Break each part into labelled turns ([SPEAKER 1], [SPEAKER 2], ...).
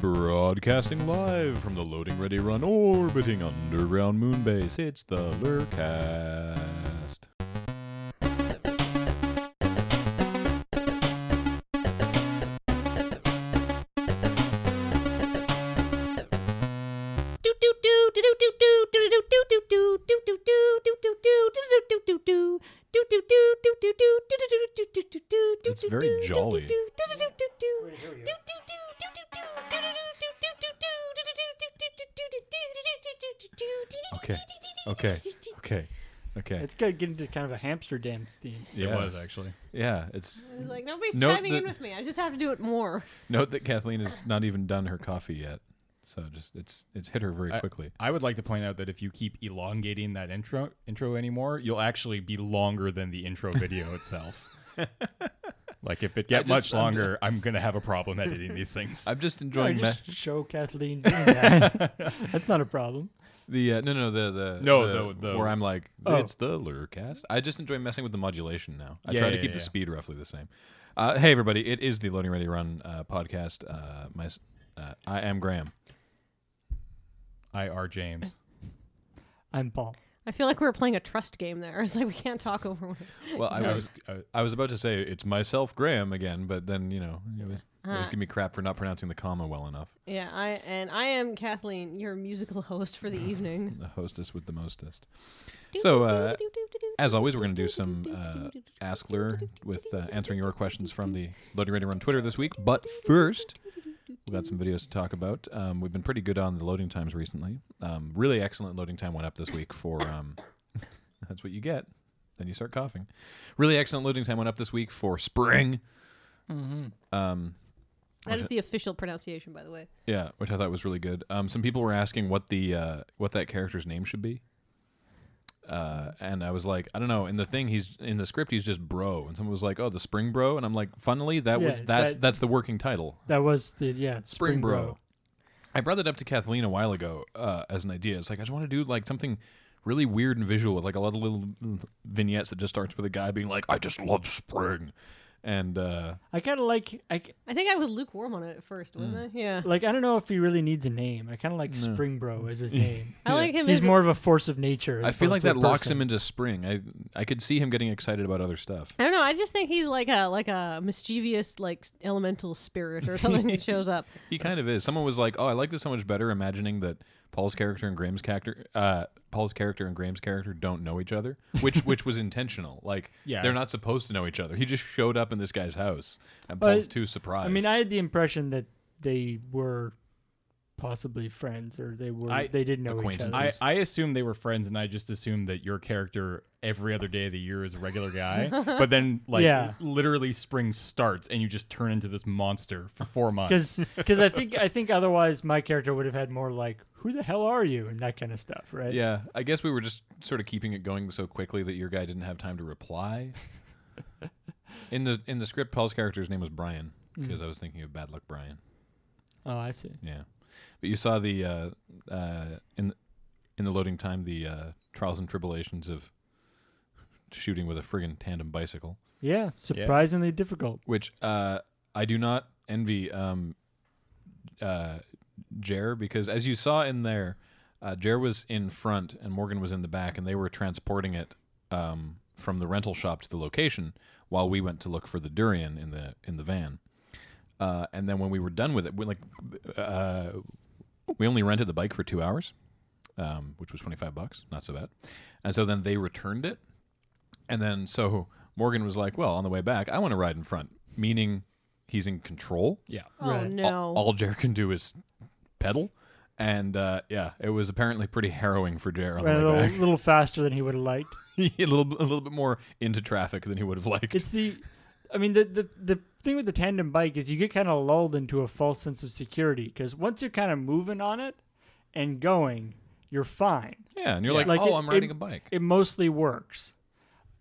[SPEAKER 1] Broadcasting live from the loading ready run orbiting underground moon base, it's the Lurcast.
[SPEAKER 2] It's
[SPEAKER 1] very jolly. Okay, okay, okay, okay.
[SPEAKER 3] It's good getting to kind of a hamster dance theme.
[SPEAKER 1] Yeah.
[SPEAKER 4] It was actually.
[SPEAKER 1] yeah, it's
[SPEAKER 2] Like nobody's
[SPEAKER 1] Note
[SPEAKER 2] chiming in
[SPEAKER 1] that-
[SPEAKER 2] with me. I just have to do it more.
[SPEAKER 1] note that Kathleen has not even done her coffee yet, so just it's it's hit her very
[SPEAKER 4] I-
[SPEAKER 1] quickly.
[SPEAKER 4] I would like to point out that if you keep elongating that intro intro anymore, you'll actually be longer than the intro video itself. like if it
[SPEAKER 1] I
[SPEAKER 4] get
[SPEAKER 1] just-
[SPEAKER 4] much
[SPEAKER 1] I'm-
[SPEAKER 4] longer, I'm, gonna have a problem editing these things.
[SPEAKER 1] I'm just
[SPEAKER 3] I
[SPEAKER 1] enjoying
[SPEAKER 3] just show Kathleen doing that. That's not a problem.
[SPEAKER 1] The uh, no, no, the the
[SPEAKER 4] No, the- the-
[SPEAKER 1] where I'm like
[SPEAKER 3] Oh.
[SPEAKER 1] it's the Lurcast. I just enjoy messing with the modulation now. I
[SPEAKER 4] Yeah,
[SPEAKER 1] try to
[SPEAKER 4] yeah,
[SPEAKER 1] keep
[SPEAKER 4] yeah,
[SPEAKER 1] the
[SPEAKER 4] yeah.
[SPEAKER 1] speed roughly the same. Uh, hey everybody, it is the Loading Ready Run uh, podcast. Uh, my s- uh, I am Graham.
[SPEAKER 4] I R James.
[SPEAKER 3] I'm Paul.
[SPEAKER 2] I feel like we were playing a trust game there. It's like we can't talk over one.
[SPEAKER 1] Well, I
[SPEAKER 4] I
[SPEAKER 1] was
[SPEAKER 4] was, uh,
[SPEAKER 1] I was about to say it's myself Graham again, but then you know it was, it was
[SPEAKER 2] Uh.
[SPEAKER 1] giving me crap for not pronouncing the comma well enough.
[SPEAKER 2] Yeah, I and I am Kathleen, your musical host for the evening.
[SPEAKER 1] The hostess with the mostest. So, uh, As always, we're going to do some uh, Ask Lur with uh, answering your questions from the Loading Ready Run Twitter this week. But first, we've got some videos to talk about. Um, we've been pretty good on the loading times recently. Um, really excellent loading time went up this week for. Um, that's what you get. Then you start coughing. Really excellent loading time went up this week for spring. Um,
[SPEAKER 2] that is the official pronunciation, by the way.
[SPEAKER 1] yeah, which I thought was really good. Um, some people were asking what the uh, what that character's name should be, uh, and I was like, I don't know. In the thing, he's in the script, he's just bro, and someone was like, oh, the Spring Bro, and I'm like, funnily, that was
[SPEAKER 3] Yeah,
[SPEAKER 1] that's
[SPEAKER 3] that-
[SPEAKER 1] that's the working title,
[SPEAKER 3] That was the yeah
[SPEAKER 1] Spring, bro. I brought that up to Kathleen a while ago uh, as an idea. It's like I just want to do like something really weird and visual with like a lot of little mm, vignettes that just starts with a guy being like, I just love spring, and uh,
[SPEAKER 3] I kind of like I c-
[SPEAKER 2] I think I was lukewarm on it at first, wasn't I?
[SPEAKER 1] Hmm.
[SPEAKER 2] Yeah.
[SPEAKER 3] like I don't know if he really needs a name. I kind of like Spring Bro as his name.
[SPEAKER 2] I like him
[SPEAKER 3] He's
[SPEAKER 2] as a-
[SPEAKER 3] more of a force of nature. as
[SPEAKER 1] I feel
[SPEAKER 3] opposed
[SPEAKER 1] like
[SPEAKER 3] to a
[SPEAKER 1] that locks
[SPEAKER 3] person.
[SPEAKER 1] him into spring. I I could see him getting excited about other stuff.
[SPEAKER 2] I don't know. I just think he's like a like a mischievous like s- elemental spirit or something that shows up.
[SPEAKER 1] He kind of is. Someone was like, "Oh, I like this so much better imagining that Paul's character and Graham's character, uh, Paul's character and Graham's character don't know each other," which which was intentional. Like,
[SPEAKER 4] Yeah.
[SPEAKER 1] they're not supposed to know each other. He just showed up in this guy's house, and
[SPEAKER 3] But-
[SPEAKER 1] Paul's too surprised.
[SPEAKER 3] I mean, I had the impression that they were possibly friends, or they were
[SPEAKER 4] I-
[SPEAKER 3] they did know each other.
[SPEAKER 4] I, I assumed they were friends, and I just assumed that your character every other day of the year is a regular guy. but then, like,
[SPEAKER 3] Yeah.
[SPEAKER 4] literally spring starts, and you just turn into this monster for four months.
[SPEAKER 3] because because I think I think otherwise my character would have had more like who the hell are you and that kind of stuff, right?
[SPEAKER 1] yeah, I guess we were just sort of keeping it going so quickly that your guy didn't have time to reply. in the in the script, Paul's character's name was Brian
[SPEAKER 3] Mm.
[SPEAKER 1] because I was thinking of Bad Luck Brian.
[SPEAKER 3] Oh, I see.
[SPEAKER 1] Yeah, but you saw the uh, uh, in in the loading time the uh, trials and tribulations of shooting with a friggin' tandem bicycle,
[SPEAKER 3] Yeah, surprisingly difficult.
[SPEAKER 1] which uh, I do not envy um, uh, Jer because as you saw in there, uh, Jer was in front and Morgan was in the back, and they were transporting it um, from the rental shop to the location while we went to look for the durian in the in the van. Uh, and then when we were done with it, we like uh, we only rented the bike for two hours, um, which was twenty five bucks, not so bad. And so then they returned it, and then so Morgan was like, "Well, on the way back, I want to ride in front," meaning he's in control.
[SPEAKER 4] Yeah.
[SPEAKER 2] Oh
[SPEAKER 3] Right.
[SPEAKER 2] no.
[SPEAKER 1] All, all Jer can do is pedal, and uh, yeah, it was apparently pretty harrowing for Jer on
[SPEAKER 3] Ran a
[SPEAKER 1] the way
[SPEAKER 3] little,
[SPEAKER 1] back.
[SPEAKER 3] little faster than he would have liked.
[SPEAKER 1] a little, a little bit more into traffic than he would have liked.
[SPEAKER 3] It's the, I mean the the the thing with the tandem bike is you get kind of lulled into a false sense of security because once you're kind of moving on it and going, you're fine.
[SPEAKER 1] yeah, and you're
[SPEAKER 3] Yeah.
[SPEAKER 1] like,
[SPEAKER 3] Like,
[SPEAKER 1] "Oh,
[SPEAKER 3] it-
[SPEAKER 1] I'm riding
[SPEAKER 3] it-
[SPEAKER 1] a bike."
[SPEAKER 3] It mostly works,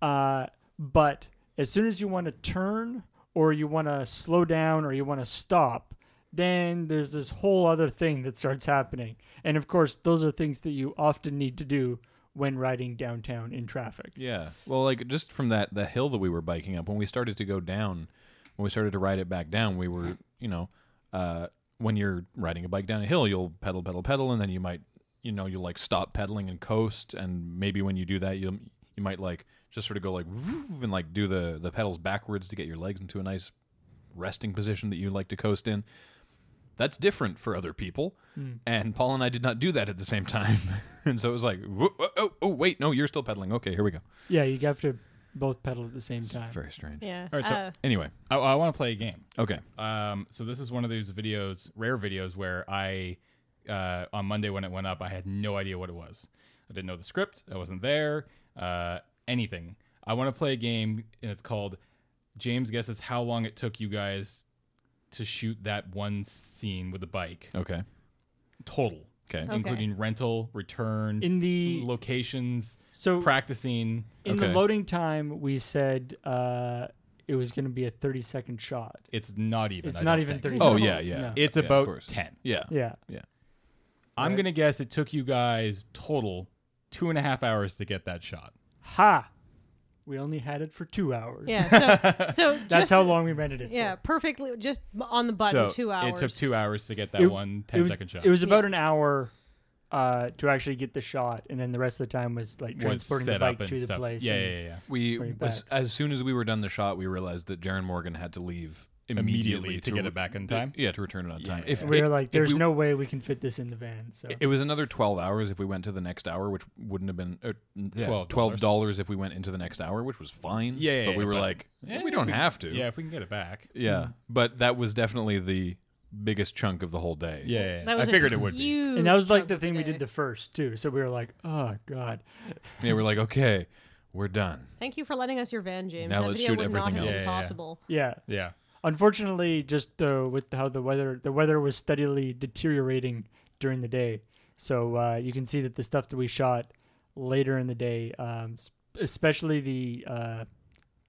[SPEAKER 3] uh, but as soon as you want to turn or you want to slow down or you want to stop. Then there's this whole other thing that starts happening. And of course, those are things that you often need to do when riding downtown in traffic.
[SPEAKER 1] Yeah. Well, like just from that the hill that we were biking up, when we started to go down, when we started to ride it back down, we were, you know, uh, when you're riding a bike down a hill, you'll pedal, pedal, pedal, and then you might, you know, you'll like stop pedaling and coast. And maybe when you do that, you you might like just sort of go like "Vroom," and like do the the pedals backwards to get your legs into a nice resting position that you like to coast in. That's different for other people. And Paul and I did not do that at the same time. and so it was like, "Whoa, oh, oh, oh, wait, no, you're still pedaling. Okay, here we go.
[SPEAKER 3] Yeah, you have to both pedal at the same time.
[SPEAKER 1] Very strange.
[SPEAKER 2] Yeah.
[SPEAKER 4] All right, so-
[SPEAKER 2] uh,
[SPEAKER 1] Anyway,
[SPEAKER 4] I, I want to play a game.
[SPEAKER 1] okay.
[SPEAKER 4] Um, so this is one of those videos, rare videos, where I, uh, on Monday when it went up, I had no idea what it was. I didn't know the script. I wasn't there. Uh, anything. I want to play a game, and it's called James guesses how long it took you guys to shoot that one scene with the bike
[SPEAKER 3] Oh.
[SPEAKER 1] Okay.
[SPEAKER 4] total,
[SPEAKER 1] Okay.
[SPEAKER 4] including rental, return,
[SPEAKER 3] In the
[SPEAKER 4] locations,
[SPEAKER 3] so
[SPEAKER 4] practicing.
[SPEAKER 3] in
[SPEAKER 1] okay.
[SPEAKER 3] the loading time, we said uh, it was going to be a thirty second shot.
[SPEAKER 4] It's not even.
[SPEAKER 3] It's
[SPEAKER 4] I
[SPEAKER 3] not
[SPEAKER 4] don't
[SPEAKER 3] even
[SPEAKER 4] think.
[SPEAKER 3] 30
[SPEAKER 1] Oh,
[SPEAKER 3] seconds.
[SPEAKER 1] yeah, yeah.
[SPEAKER 3] No.
[SPEAKER 4] It's
[SPEAKER 1] Yeah, of
[SPEAKER 4] about
[SPEAKER 1] course.
[SPEAKER 4] ten.
[SPEAKER 1] Yeah.
[SPEAKER 3] Yeah.
[SPEAKER 4] I'm
[SPEAKER 3] Right.
[SPEAKER 4] gonna guess it took you guys total two and a half hours to get that shot.
[SPEAKER 3] Ha! We only had it for two hours.
[SPEAKER 2] yeah. So, so
[SPEAKER 3] That's
[SPEAKER 2] just-
[SPEAKER 3] how long we rented it.
[SPEAKER 2] Yeah,
[SPEAKER 3] for.
[SPEAKER 2] perfectly, just on the button,
[SPEAKER 4] So
[SPEAKER 2] two hours.
[SPEAKER 4] It took two hours to get that
[SPEAKER 3] It-
[SPEAKER 4] one 10
[SPEAKER 3] it
[SPEAKER 4] second
[SPEAKER 3] was,
[SPEAKER 4] shot.
[SPEAKER 3] It was about
[SPEAKER 2] Yeah.
[SPEAKER 3] an hour uh, to actually get the shot, and then the rest of the time was like
[SPEAKER 4] Once
[SPEAKER 3] transporting the
[SPEAKER 4] set
[SPEAKER 3] bike
[SPEAKER 4] up and
[SPEAKER 3] to the
[SPEAKER 4] stuff.
[SPEAKER 3] place.
[SPEAKER 4] Yeah,
[SPEAKER 3] and-
[SPEAKER 4] yeah, yeah.
[SPEAKER 1] We
[SPEAKER 3] Bring it
[SPEAKER 1] was, as soon as we were done the shot, we realized that Jaron Morgan had to leave immediately,
[SPEAKER 4] Immediately to get it back in
[SPEAKER 1] to-
[SPEAKER 4] time?
[SPEAKER 1] Yeah, to return it on
[SPEAKER 4] Yeah,
[SPEAKER 1] time.
[SPEAKER 4] yeah,
[SPEAKER 1] If
[SPEAKER 3] And we
[SPEAKER 1] it-
[SPEAKER 3] were like,
[SPEAKER 1] if
[SPEAKER 3] "There's
[SPEAKER 1] we-
[SPEAKER 3] no way we can fit this in the van." So
[SPEAKER 1] It was another twelve hours if we went to the next hour, which wouldn't have been or, yeah,
[SPEAKER 4] $12.
[SPEAKER 1] twelve dollars if we went into the next hour, which was fine.
[SPEAKER 4] Yeah, yeah,
[SPEAKER 1] but we
[SPEAKER 4] yeah,
[SPEAKER 1] were
[SPEAKER 4] but-
[SPEAKER 1] like,
[SPEAKER 4] Yeah,
[SPEAKER 1] we Mm. don't
[SPEAKER 4] if
[SPEAKER 1] have to.
[SPEAKER 4] Yeah, if we can get it back.
[SPEAKER 1] yeah. But that was definitely the biggest chunk of the whole day.
[SPEAKER 4] Yeah, yeah, yeah.
[SPEAKER 2] That was
[SPEAKER 4] I
[SPEAKER 2] a
[SPEAKER 4] figured it would be.
[SPEAKER 2] huge
[SPEAKER 3] and that was like
[SPEAKER 2] chunk
[SPEAKER 3] the
[SPEAKER 2] of
[SPEAKER 3] thing we
[SPEAKER 2] day.
[SPEAKER 3] did the first too. So we were like, "Oh God."
[SPEAKER 1] they were like, okay, we're done.
[SPEAKER 2] Thank you for letting us your van, James.
[SPEAKER 1] Now
[SPEAKER 2] that
[SPEAKER 1] let's
[SPEAKER 2] video
[SPEAKER 1] shoot
[SPEAKER 2] would
[SPEAKER 1] everything
[SPEAKER 2] not have been
[SPEAKER 4] else. Yeah, yeah, yeah.
[SPEAKER 2] possible.
[SPEAKER 3] Yeah.
[SPEAKER 4] Yeah.
[SPEAKER 3] Unfortunately, just uh, with how the weather the weather was steadily deteriorating during the day, so uh, you can see that the stuff that we shot later in the day, um, s- especially the uh,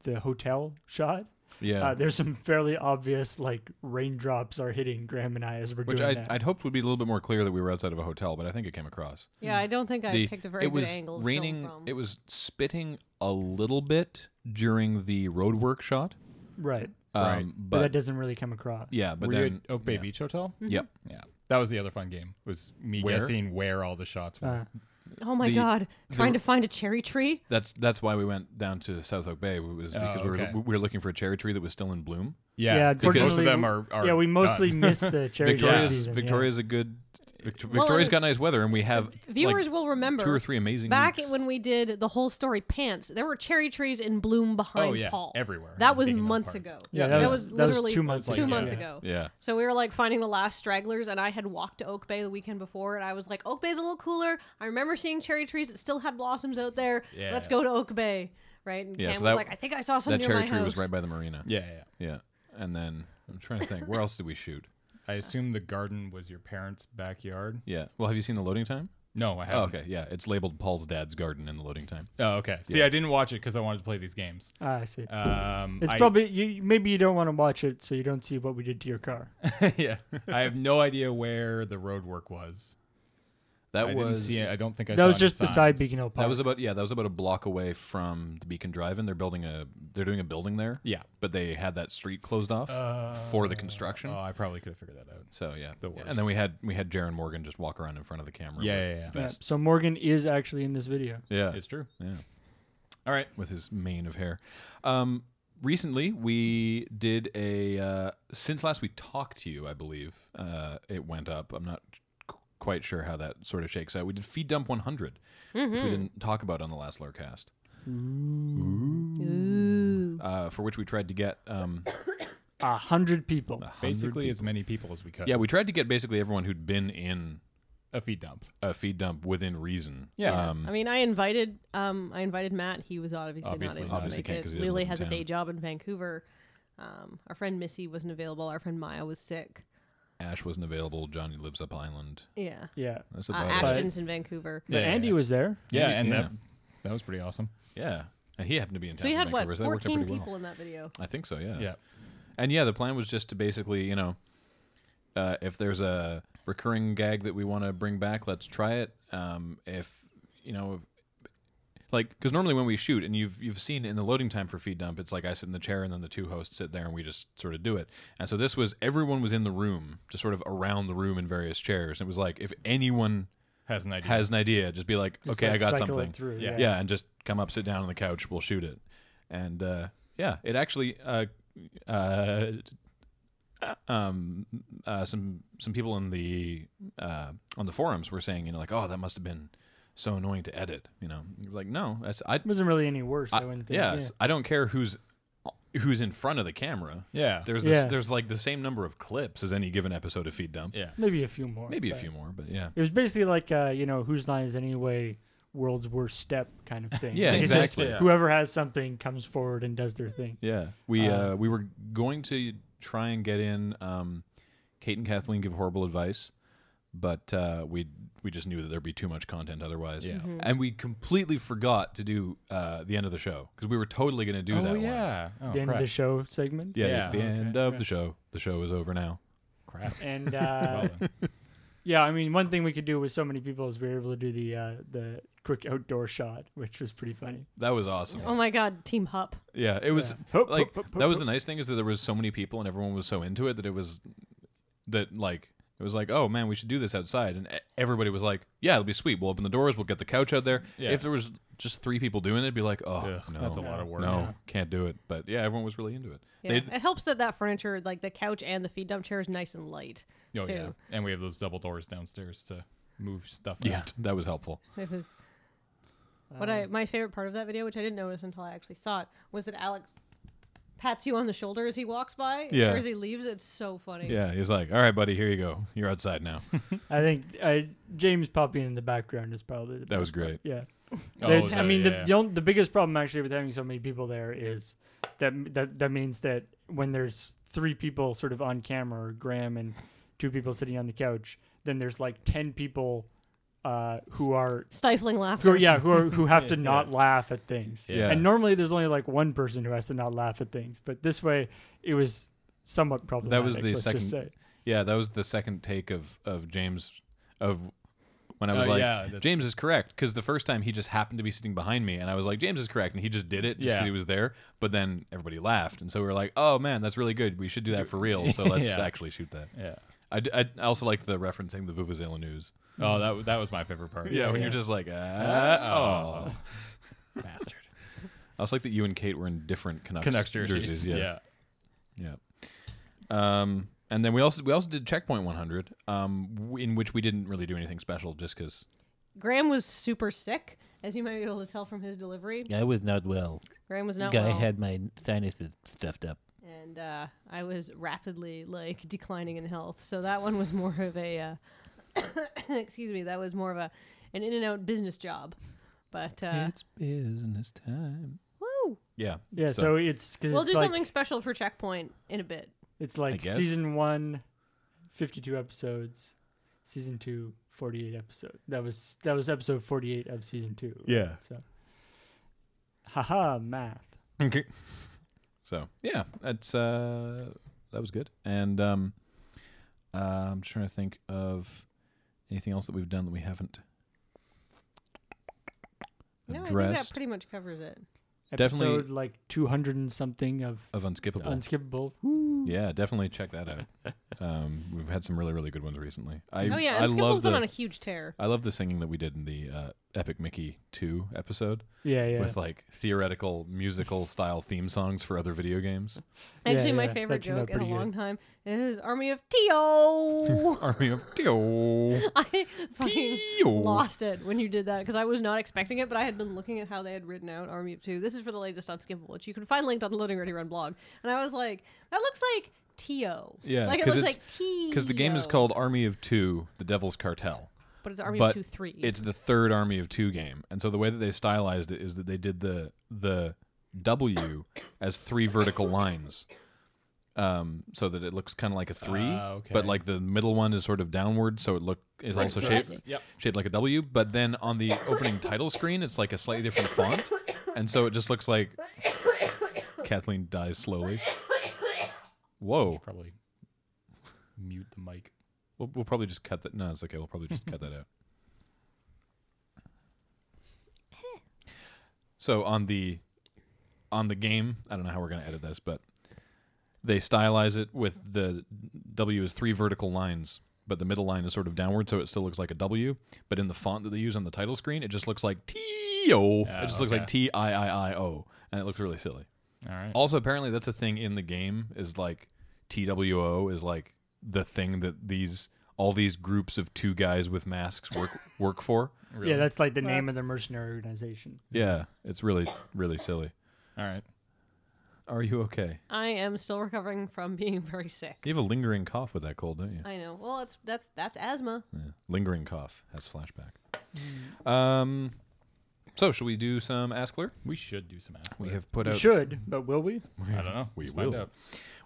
[SPEAKER 3] the hotel shot,
[SPEAKER 1] Yeah.
[SPEAKER 3] uh, there's some fairly obvious like raindrops are hitting Graham and I as we're
[SPEAKER 1] which
[SPEAKER 3] doing
[SPEAKER 1] I'd,
[SPEAKER 3] that.
[SPEAKER 1] I'd hoped would be a little bit more clear that we were outside of a hotel, but I think it came across.
[SPEAKER 2] Yeah, I don't think I
[SPEAKER 1] the-
[SPEAKER 2] picked a very
[SPEAKER 1] it was
[SPEAKER 2] good angle. to film
[SPEAKER 1] raining
[SPEAKER 2] from.
[SPEAKER 1] it was spitting a little bit during the road work shot
[SPEAKER 3] right,
[SPEAKER 1] um,
[SPEAKER 4] Right.
[SPEAKER 3] but,
[SPEAKER 1] but,
[SPEAKER 3] that oh, doesn't really come across.
[SPEAKER 1] yeah but
[SPEAKER 4] were you
[SPEAKER 1] then
[SPEAKER 4] at Oak Bay
[SPEAKER 1] yeah.
[SPEAKER 4] Beach Hotel?
[SPEAKER 2] Mm-hmm.
[SPEAKER 1] yep
[SPEAKER 4] Yeah. That was the other fun game. Was me
[SPEAKER 1] Where?
[SPEAKER 4] guessing where all the shots were.
[SPEAKER 3] Uh,
[SPEAKER 2] oh my
[SPEAKER 1] the-
[SPEAKER 2] god, trying
[SPEAKER 1] the-
[SPEAKER 2] to find a cherry tree.
[SPEAKER 1] that's that's why we went down to South Oak Bay was
[SPEAKER 3] Oh,
[SPEAKER 1] because we,
[SPEAKER 4] okay.
[SPEAKER 1] were, we were looking for a cherry tree that was still in bloom
[SPEAKER 4] yeah.
[SPEAKER 3] yeah,
[SPEAKER 4] because most
[SPEAKER 3] unfortunately,
[SPEAKER 4] of them are, are
[SPEAKER 3] yeah, we mostly
[SPEAKER 4] done.
[SPEAKER 3] missed the cherry tree
[SPEAKER 1] Victoria's
[SPEAKER 3] season, yeah.
[SPEAKER 1] Victoria's a good Vict-
[SPEAKER 2] Well,
[SPEAKER 1] Victoria's
[SPEAKER 2] and
[SPEAKER 1] got nice weather and we have
[SPEAKER 2] Viewers
[SPEAKER 1] like,
[SPEAKER 2] will remember
[SPEAKER 1] two or three amazing
[SPEAKER 2] back
[SPEAKER 1] weeks.
[SPEAKER 2] when we did the whole story pants. There were cherry trees in bloom behind
[SPEAKER 4] Oh, yeah,
[SPEAKER 2] Paul
[SPEAKER 4] everywhere.
[SPEAKER 2] That was
[SPEAKER 4] Digging up
[SPEAKER 2] months
[SPEAKER 4] parts.
[SPEAKER 2] ago.
[SPEAKER 3] Yeah,
[SPEAKER 2] that,
[SPEAKER 3] that
[SPEAKER 2] was,
[SPEAKER 3] was- that was
[SPEAKER 2] literally
[SPEAKER 3] two months
[SPEAKER 2] two
[SPEAKER 4] ago,
[SPEAKER 2] months
[SPEAKER 3] yeah.
[SPEAKER 2] ago.
[SPEAKER 1] yeah
[SPEAKER 2] So we were like finding the last stragglers, and I had walked to Oak Bay the weekend before, and I was like, Oak Bay's a little cooler. I remember seeing cherry trees that still had blossoms out there.
[SPEAKER 4] Yeah.
[SPEAKER 2] Let's go to Oak Bay, right? And
[SPEAKER 1] Yeah,
[SPEAKER 2] Cam
[SPEAKER 1] so
[SPEAKER 2] was
[SPEAKER 1] that-
[SPEAKER 2] like, I think I saw some
[SPEAKER 1] that
[SPEAKER 2] near
[SPEAKER 1] cherry
[SPEAKER 2] my
[SPEAKER 1] tree
[SPEAKER 2] house.
[SPEAKER 1] was right by the marina
[SPEAKER 4] Yeah, yeah.
[SPEAKER 1] yeah and then I'm trying to think where else did we shoot
[SPEAKER 4] I assume the garden was your parents' backyard.
[SPEAKER 1] yeah well have you seen the loading time
[SPEAKER 4] No, I haven't.
[SPEAKER 1] oh, okay yeah it's labeled Paul's dad's garden in the loading time
[SPEAKER 4] Oh, okay. See, I didn't watch it because I wanted to play these games.
[SPEAKER 3] Ah, I see.
[SPEAKER 4] Um,
[SPEAKER 3] it's
[SPEAKER 4] I-
[SPEAKER 3] probably you. Maybe you don't want to watch it, so you don't see what we did to your car.
[SPEAKER 4] yeah. I have no idea where the road work was.
[SPEAKER 1] that
[SPEAKER 4] I didn't
[SPEAKER 1] was
[SPEAKER 4] see. it. I don't think I.
[SPEAKER 3] that
[SPEAKER 4] saw
[SPEAKER 3] was
[SPEAKER 4] any
[SPEAKER 3] just beside
[SPEAKER 4] signs.
[SPEAKER 3] Beacon Hill Park.
[SPEAKER 1] That was about yeah, that was about a block away from the Beacon Drive-in. They're building a they're doing a building there.
[SPEAKER 4] Yeah.
[SPEAKER 1] But they had that street closed off for the construction.
[SPEAKER 4] Uh, Oh, I probably could have figured that out.
[SPEAKER 1] so yeah.
[SPEAKER 4] the
[SPEAKER 1] And then we had we had Jaron Morgan just walk around in front of the camera.
[SPEAKER 4] Yeah,
[SPEAKER 1] with
[SPEAKER 4] yeah, yeah.
[SPEAKER 3] Yeah,
[SPEAKER 1] vests.
[SPEAKER 3] so Morgan is actually in this video.
[SPEAKER 1] Yeah.
[SPEAKER 4] It's true.
[SPEAKER 1] yeah.
[SPEAKER 4] All right.
[SPEAKER 1] With his mane of hair. Um recently we did a uh since last we talked to you, I believe, uh it went up. I'm not qu- quite sure how that sort of shakes out. We did Feed Dump 100, which
[SPEAKER 2] Mm-hmm.
[SPEAKER 1] we didn't talk about on the last Lurcast.
[SPEAKER 2] Ooh.
[SPEAKER 1] Uh for which we tried to get um
[SPEAKER 3] A hundred people.
[SPEAKER 1] Ah.
[SPEAKER 4] Basically, as many people as we could.
[SPEAKER 1] Yeah, we tried to get basically everyone who'd been in
[SPEAKER 4] A feed dump.
[SPEAKER 1] a feed dump within reason.
[SPEAKER 4] Yeah.
[SPEAKER 2] I
[SPEAKER 1] Um,
[SPEAKER 2] mean, I invited, um, I invited Matt. He was obviously,
[SPEAKER 4] Obviously
[SPEAKER 2] not able
[SPEAKER 4] not.
[SPEAKER 2] to
[SPEAKER 1] Obviously can't
[SPEAKER 2] make
[SPEAKER 1] 'cause
[SPEAKER 2] it.
[SPEAKER 1] he doesn't
[SPEAKER 2] Lily
[SPEAKER 1] live in
[SPEAKER 2] has
[SPEAKER 1] town.
[SPEAKER 2] a day job in Vancouver. Um, our friend Missy wasn't available. Our friend Maya was sick.
[SPEAKER 1] Ash wasn't available. Johnny lives up island.
[SPEAKER 2] Yeah,
[SPEAKER 3] Yeah,
[SPEAKER 1] That's
[SPEAKER 2] uh,
[SPEAKER 1] about it.
[SPEAKER 2] Ashton's in Vancouver.
[SPEAKER 3] but
[SPEAKER 4] Yeah,
[SPEAKER 3] Andy
[SPEAKER 4] yeah.
[SPEAKER 3] was there.
[SPEAKER 4] Yeah, and
[SPEAKER 1] Yeah.
[SPEAKER 4] That, that was pretty awesome.
[SPEAKER 1] Yeah. And he happened to be in town.
[SPEAKER 2] So we
[SPEAKER 1] from
[SPEAKER 2] had
[SPEAKER 1] Vancouver,
[SPEAKER 2] what
[SPEAKER 1] so that worked out
[SPEAKER 2] fourteen
[SPEAKER 1] pretty
[SPEAKER 2] people
[SPEAKER 1] Well.
[SPEAKER 2] in that video.
[SPEAKER 1] I think so. Yeah.
[SPEAKER 4] Yeah.
[SPEAKER 1] And yeah, the plan was just to basically, you know, uh, if there's a recurring gag that we want to bring back, let's try it. Um, if you know, like because normally when we shoot and you've you've seen in the loading time for feed dump, it's like I sit in the chair and then the two hosts sit there and we just sort of do it. And so this was everyone was in the room, just sort of around the room in various chairs. And it was like if anyone
[SPEAKER 4] Has an idea.
[SPEAKER 1] has an idea, just be like,
[SPEAKER 3] Just,
[SPEAKER 1] okay,
[SPEAKER 3] like,
[SPEAKER 1] I got
[SPEAKER 3] cycle it
[SPEAKER 1] something.
[SPEAKER 3] through,
[SPEAKER 4] Yeah.
[SPEAKER 1] yeah. and just come up, sit down on the couch, we'll shoot it. And uh, yeah, it actually uh, uh, um, uh, some some people in the uh, on the forums were saying, you know, like, oh, that must have been so annoying to edit. You know, it's like, no, that's I.
[SPEAKER 3] It wasn't really any worse. I,
[SPEAKER 1] I
[SPEAKER 3] wouldn't think.
[SPEAKER 1] yes,
[SPEAKER 3] Yeah.
[SPEAKER 1] I don't care who's who's in front of the camera.
[SPEAKER 4] yeah.
[SPEAKER 1] There's this,
[SPEAKER 3] Yeah.
[SPEAKER 1] there's like the same number of clips as any given episode of Feed Dump.
[SPEAKER 4] Yeah.
[SPEAKER 3] Maybe a few more.
[SPEAKER 1] Maybe a
[SPEAKER 3] but-
[SPEAKER 1] few more, but yeah.
[SPEAKER 3] It was basically like uh, you know, whose line is it anyway? World's worst step kind of thing.
[SPEAKER 1] Yeah,
[SPEAKER 3] Like, it's just
[SPEAKER 1] exactly.
[SPEAKER 4] Yeah.
[SPEAKER 3] Whoever has something comes forward and does their thing.
[SPEAKER 1] Yeah, we
[SPEAKER 3] Uh,
[SPEAKER 1] uh,
[SPEAKER 4] Um,
[SPEAKER 1] we were going to try and get in um, Kate and Kathleen give horrible advice, but uh, we we just knew that there'd be too much content otherwise.
[SPEAKER 4] Yeah.
[SPEAKER 2] Mm-hmm.
[SPEAKER 4] Mhm.
[SPEAKER 1] and we completely forgot to do uh, the end of the show because we were totally going to do
[SPEAKER 4] oh,
[SPEAKER 1] that. one.
[SPEAKER 4] yeah. Oh,
[SPEAKER 3] the end
[SPEAKER 4] crap.
[SPEAKER 3] of the show segment.
[SPEAKER 1] yeah,
[SPEAKER 4] Yeah.
[SPEAKER 1] it's the
[SPEAKER 4] Okay.
[SPEAKER 1] end of the show. The show is over now.
[SPEAKER 4] crap.
[SPEAKER 3] And uh,
[SPEAKER 4] Well, then.
[SPEAKER 3] yeah, I mean, one thing we could do with so many people is we were able to do the uh, the quick outdoor shot, which was pretty funny.
[SPEAKER 1] That was awesome.
[SPEAKER 2] Oh my god, Team Hup.
[SPEAKER 1] Yeah, it was
[SPEAKER 3] Yeah. Hup,
[SPEAKER 1] like
[SPEAKER 3] hup, hup,
[SPEAKER 1] that
[SPEAKER 3] hup,
[SPEAKER 1] was the nice thing is that there was so many people and everyone was so into it that it was that like it was like oh man we should do this outside and e- everybody was like yeah it'll be sweet we'll open the doors we'll get the couch out there
[SPEAKER 4] Yeah.
[SPEAKER 1] if there was just three people doing it it'd be like oh
[SPEAKER 4] Ugh,
[SPEAKER 1] no
[SPEAKER 4] that's a lot of work.
[SPEAKER 1] no
[SPEAKER 4] Yeah.
[SPEAKER 1] can't do it but yeah everyone was really into it
[SPEAKER 2] Yeah.
[SPEAKER 1] They-
[SPEAKER 2] It helps that that furniture, like the couch and the feed dump chair, is nice and light.
[SPEAKER 4] Oh,
[SPEAKER 2] too.
[SPEAKER 4] yeah. And we have those double doors downstairs to move stuff
[SPEAKER 1] yeah
[SPEAKER 4] out.
[SPEAKER 1] that was helpful
[SPEAKER 2] It was. What I my favorite part of that video, which I didn't notice until I actually saw it, was that Alex pats you on the shoulder as he walks by,
[SPEAKER 1] Yeah.
[SPEAKER 2] or as he leaves. It's so funny.
[SPEAKER 1] yeah he's like all right buddy here you go you're outside now
[SPEAKER 3] I think uh, James popping in the background is probably the
[SPEAKER 1] that was
[SPEAKER 3] best
[SPEAKER 1] great
[SPEAKER 3] part. Yeah.
[SPEAKER 4] Oh,
[SPEAKER 3] There- I
[SPEAKER 4] the-
[SPEAKER 3] mean,
[SPEAKER 4] yeah.
[SPEAKER 3] the the, only, the biggest problem actually with having so many people there is that that that means that when there's three people sort of on camera, Graham and two people sitting on the couch, then there's like ten people uh, who are
[SPEAKER 2] Stifling
[SPEAKER 3] who
[SPEAKER 2] laughter.
[SPEAKER 3] are, yeah who are who have to not laugh at things.
[SPEAKER 1] Yeah.
[SPEAKER 3] And normally there's only like one person who has to not laugh at things, but this way it was somewhat problematic.
[SPEAKER 1] the
[SPEAKER 3] let's Just
[SPEAKER 1] second-
[SPEAKER 3] say.
[SPEAKER 1] yeah that was the second take of of james of when I was
[SPEAKER 4] Oh,
[SPEAKER 1] like,
[SPEAKER 4] yeah, that's-
[SPEAKER 1] James is correct, because the first time he just happened to be sitting behind me, and I was like, James is correct, and he just did it just because
[SPEAKER 4] Yeah.
[SPEAKER 1] he was there. But then everybody laughed, and so we were like, oh man, that's really good. We should do that for real. So let's
[SPEAKER 4] Yeah.
[SPEAKER 1] actually shoot that.
[SPEAKER 4] Yeah.
[SPEAKER 1] I, d- I also liked the referencing the Vuvuzela news.
[SPEAKER 4] Oh, that that was my favorite part.
[SPEAKER 1] Yeah, when you're just like, ah, oh.
[SPEAKER 4] bastard.
[SPEAKER 1] I also like that you and Kate were in different Canucks,
[SPEAKER 4] Canucks jerseys.
[SPEAKER 1] Yeah,
[SPEAKER 4] yeah.
[SPEAKER 1] yeah. Um, and then we also we also did Checkpoint 100, um, w- in which we didn't really do anything special, just because.
[SPEAKER 2] Graham was super sick, as you might be able to tell from his delivery.
[SPEAKER 5] I was not well.
[SPEAKER 2] Graham was not
[SPEAKER 5] Guy
[SPEAKER 2] well,
[SPEAKER 5] had my sinuses stuffed up.
[SPEAKER 2] and uh, I was rapidly like declining in health. So that one was more of a, uh, excuse me, that was more of a an in and out business job. But uh,
[SPEAKER 1] It's business time.
[SPEAKER 2] woo,
[SPEAKER 1] Yeah.
[SPEAKER 3] Yeah,
[SPEAKER 1] So-
[SPEAKER 3] so, it's because
[SPEAKER 2] we'll
[SPEAKER 3] it's
[SPEAKER 2] do
[SPEAKER 3] like,
[SPEAKER 2] something special for checkpoint in a bit.
[SPEAKER 3] It's
[SPEAKER 1] I
[SPEAKER 3] like
[SPEAKER 1] guess.
[SPEAKER 3] season one, 52 episodes. Season two, 48 episodes. That was that was episode 48 of season two. right?
[SPEAKER 1] Yeah.
[SPEAKER 3] So, haha, math.
[SPEAKER 1] Okay. So yeah, that's uh, that was good, and um, uh, I'm trying to think of anything else that we've done that we haven't
[SPEAKER 2] No, I think that
[SPEAKER 1] addressed
[SPEAKER 2] pretty much covers it.
[SPEAKER 3] Episode
[SPEAKER 1] Definitely-
[SPEAKER 3] like 200 and something of
[SPEAKER 1] of unskippable.
[SPEAKER 3] unskippable. Woo.
[SPEAKER 1] yeah, definitely check that out. um, we've had some really really good ones recently. I
[SPEAKER 2] oh yeah,
[SPEAKER 1] I
[SPEAKER 2] and Skipple's
[SPEAKER 1] love
[SPEAKER 2] been on a
[SPEAKER 1] the
[SPEAKER 2] huge tear.
[SPEAKER 1] I love the singing that we did in the uh, Epic Mickey Two episode
[SPEAKER 3] Yeah, yeah.
[SPEAKER 1] with like theoretical musical style theme songs for other video games.
[SPEAKER 3] Yeah,
[SPEAKER 2] Actually, my
[SPEAKER 3] yeah,
[SPEAKER 2] favorite
[SPEAKER 3] that came out
[SPEAKER 2] joke in a
[SPEAKER 3] pretty good.
[SPEAKER 2] long time is Army of T.O.
[SPEAKER 1] Army of Teo.
[SPEAKER 2] I fucking
[SPEAKER 1] T.O..
[SPEAKER 2] lost it when you did that because I was not expecting it, but I had been looking at how they had written out Army of Two. This is for the latest on Skippable, which you can find linked on the Loading Ready Run blog. And I was like, that looks like T.O.
[SPEAKER 1] Yeah,
[SPEAKER 2] like it
[SPEAKER 1] 'cause
[SPEAKER 2] looks
[SPEAKER 1] it's-
[SPEAKER 2] like T.
[SPEAKER 1] Because the game is called Army of Two, The Devil's Cartel.
[SPEAKER 2] but it's Army
[SPEAKER 1] but
[SPEAKER 2] of Two Three.
[SPEAKER 1] It's the third Army of Two game, and so the way that they stylized it is that they did the the W as three vertical lines, um, so that it looks kind of like a three,
[SPEAKER 4] Ah, okay.
[SPEAKER 1] but like the middle one is sort of downward, so it look is
[SPEAKER 2] Like
[SPEAKER 1] also
[SPEAKER 2] this.
[SPEAKER 1] shaped
[SPEAKER 4] Yep.
[SPEAKER 1] shaped like a W. But then on the opening title screen, it's like a slightly different font, and so it just looks like Kathleen dies slowly. Whoa.
[SPEAKER 4] Probably mute the mic.
[SPEAKER 1] We'll, we'll probably just cut that. No, it's okay. We'll probably just cut that out. So on the on the game, I don't know how we're gonna edit this, but they stylize it with the W as three vertical lines, but the middle line is sort of downward, so it still looks like a W. But in the font that they use on the title screen, it just looks like T O. it just looks
[SPEAKER 4] okay.
[SPEAKER 1] like T I I I O, and it looks really silly.
[SPEAKER 4] All right.
[SPEAKER 1] Also, apparently, that's a thing in the game. Is like TWO is like the thing that these all these groups of two guys with masks work work for.
[SPEAKER 4] Really?
[SPEAKER 3] Yeah, that's like the
[SPEAKER 2] Well,
[SPEAKER 3] name of the mercenary organization.
[SPEAKER 1] Yeah, it's really really silly.
[SPEAKER 4] All right.
[SPEAKER 1] Are you okay?
[SPEAKER 2] I am still recovering from being very sick.
[SPEAKER 1] You have a lingering cough with that cold, don't you?
[SPEAKER 2] I know. Well, it's that's that's asthma.
[SPEAKER 1] Yeah. Lingering cough has flashback. Um, so should we do some Ask Lur?
[SPEAKER 4] We should do some ask.
[SPEAKER 1] We
[SPEAKER 4] Lur.
[SPEAKER 1] have put
[SPEAKER 3] We
[SPEAKER 1] out
[SPEAKER 3] should, but will we?
[SPEAKER 4] I don't know.
[SPEAKER 1] We
[SPEAKER 4] Let's find
[SPEAKER 1] will.
[SPEAKER 4] out.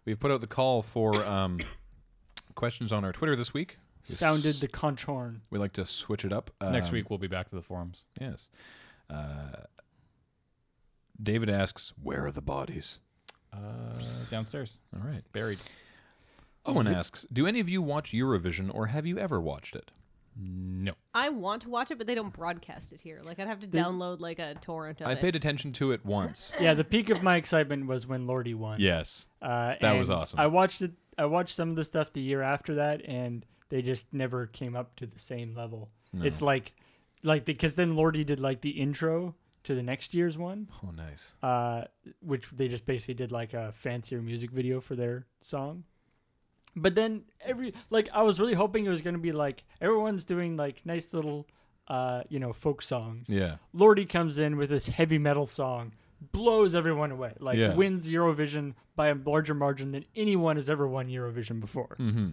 [SPEAKER 1] we've put out the call for um questions on our Twitter this week. We s-
[SPEAKER 3] Sounded the conch horn.
[SPEAKER 1] We like to switch it up
[SPEAKER 4] Next
[SPEAKER 1] Um,
[SPEAKER 4] week we'll be back to the forums.
[SPEAKER 1] Yes. Uh, David asks, "Where are the bodies?"
[SPEAKER 4] Uh, downstairs,
[SPEAKER 1] All right.
[SPEAKER 4] buried.
[SPEAKER 1] Owen asks, "Do any of you watch Eurovision, or have you ever watched it?"
[SPEAKER 4] No.
[SPEAKER 2] I want to watch it, but they don't broadcast it here. Like I'd have to download like a torrent of
[SPEAKER 1] I
[SPEAKER 2] it.
[SPEAKER 1] paid attention to it once.
[SPEAKER 3] Yeah, the peak of my excitement was when Lordy won.
[SPEAKER 1] yes.
[SPEAKER 3] Uh,
[SPEAKER 1] That was
[SPEAKER 3] and
[SPEAKER 1] awesome.
[SPEAKER 3] I watched it. I watched some of the stuff the year after that, and they just never came up to the same level. It's like, like because then Lordy did like the intro to the next year's one,
[SPEAKER 1] Oh, nice.
[SPEAKER 3] uh, which they just basically did like a fancier music video for their song. But then every like I was really hoping it was going to be like everyone's doing like nice little, uh, you know, folk songs.
[SPEAKER 1] Yeah.
[SPEAKER 3] Lordy comes in with this heavy metal song, blows everyone away, like
[SPEAKER 1] Yeah.
[SPEAKER 3] wins Eurovision by a larger margin than anyone has ever won Eurovision before.
[SPEAKER 1] Mm-hmm.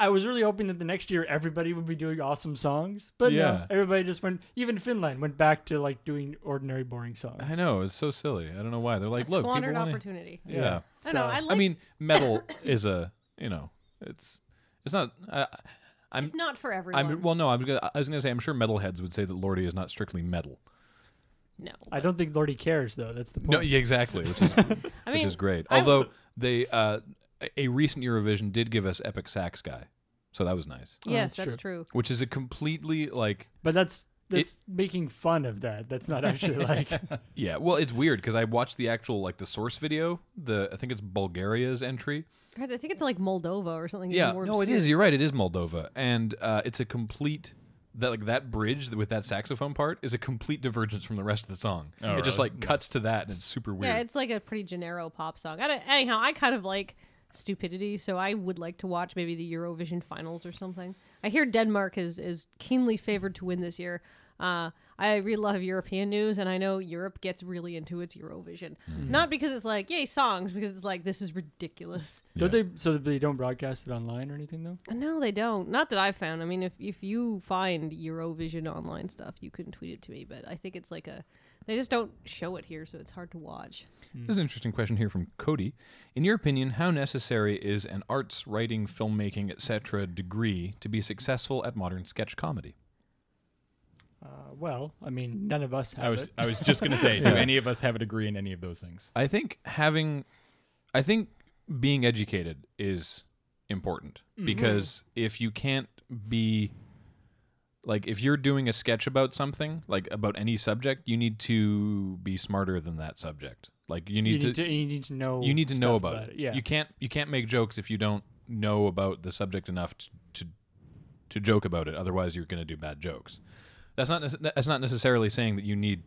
[SPEAKER 3] I was really hoping that the next year everybody would be doing awesome songs, but
[SPEAKER 1] Yeah.
[SPEAKER 3] no, everybody just went. Even Finland went back to like doing ordinary, boring songs.
[SPEAKER 1] I know it's so silly. I don't know why they're like, "Look, people
[SPEAKER 2] squandered
[SPEAKER 1] wanna-"
[SPEAKER 2] opportunity.
[SPEAKER 1] Yeah.
[SPEAKER 2] I know.
[SPEAKER 3] So-
[SPEAKER 2] I,
[SPEAKER 1] I
[SPEAKER 2] like-
[SPEAKER 1] mean, metal is a you know, it's it's not. I I'm
[SPEAKER 2] it's not for everyone.
[SPEAKER 1] I'm well, no. I'm gonna, I was gonna say I'm sure metalheads would say that Lordy is not strictly metal.
[SPEAKER 2] no,
[SPEAKER 3] I don't think Lordy cares though. That's the point.
[SPEAKER 1] No, yeah, exactly, which is
[SPEAKER 2] I
[SPEAKER 1] which
[SPEAKER 2] mean,
[SPEAKER 1] is great.
[SPEAKER 2] I-
[SPEAKER 1] Although they uh, a- a recent Eurovision did give us Epic Sax Guy, so that was nice.
[SPEAKER 2] Yes,
[SPEAKER 3] that's
[SPEAKER 2] that's true.
[SPEAKER 1] Which is a completely like
[SPEAKER 3] But that's that's making fun of that. That's not actually like
[SPEAKER 1] yeah. Well, it's weird because I watched the actual like the source video. The I think it's Bulgaria's entry.
[SPEAKER 2] I think it's like Moldova or something.
[SPEAKER 1] Yeah,
[SPEAKER 2] even more
[SPEAKER 1] no, it
[SPEAKER 2] obscure.
[SPEAKER 1] is. You're right. It is Moldova, and uh, it's a complete that like that bridge with that saxophone part is a complete divergence from the rest of the song. it
[SPEAKER 4] Oh,
[SPEAKER 1] just
[SPEAKER 4] really?
[SPEAKER 1] like cuts to that, and it's super weird.
[SPEAKER 2] Yeah, it's like a pretty genero pop song. I don't, anyhow, I kind of like stupidity, so I would like to watch maybe the Eurovision finals or something. I hear Denmark is is keenly favored to win this year. Uh, I read a lot of European news, and I know Europe gets really into its Eurovision.
[SPEAKER 1] Hmm.
[SPEAKER 2] Not because it's like yay songs, because it's like this is ridiculous.
[SPEAKER 3] don't they? So they don't broadcast it online or anything though.
[SPEAKER 2] No, they don't. Not that I found. I mean, if if you find Eurovision online stuff, you can tweet it to me. But I think it's like a they just don't show it here, so it's hard to watch.
[SPEAKER 1] This is an interesting question here from Cody. In your opinion, how necessary is an arts, writing, filmmaking, etc. degree to be successful at modern sketch comedy?
[SPEAKER 3] Uh, well, I mean, none of us have
[SPEAKER 4] I was
[SPEAKER 3] it.
[SPEAKER 4] I was just gonna say, do any of us have a degree in any of those things?
[SPEAKER 1] I think having, I think being educated is important
[SPEAKER 3] Mm-hmm.
[SPEAKER 1] because if you can't be, like, if you're doing a sketch about something, like about any subject, you need to be smarter than that subject. Like you
[SPEAKER 3] You
[SPEAKER 1] need,
[SPEAKER 3] need to, you need to know.
[SPEAKER 1] you need to know
[SPEAKER 3] stuff
[SPEAKER 1] about, it.
[SPEAKER 3] Yeah.
[SPEAKER 1] You can't you can't make jokes if you don't know about the subject enough to to, to joke about it. Otherwise, you're going to do bad jokes. That's not nece- that's not necessarily saying that you need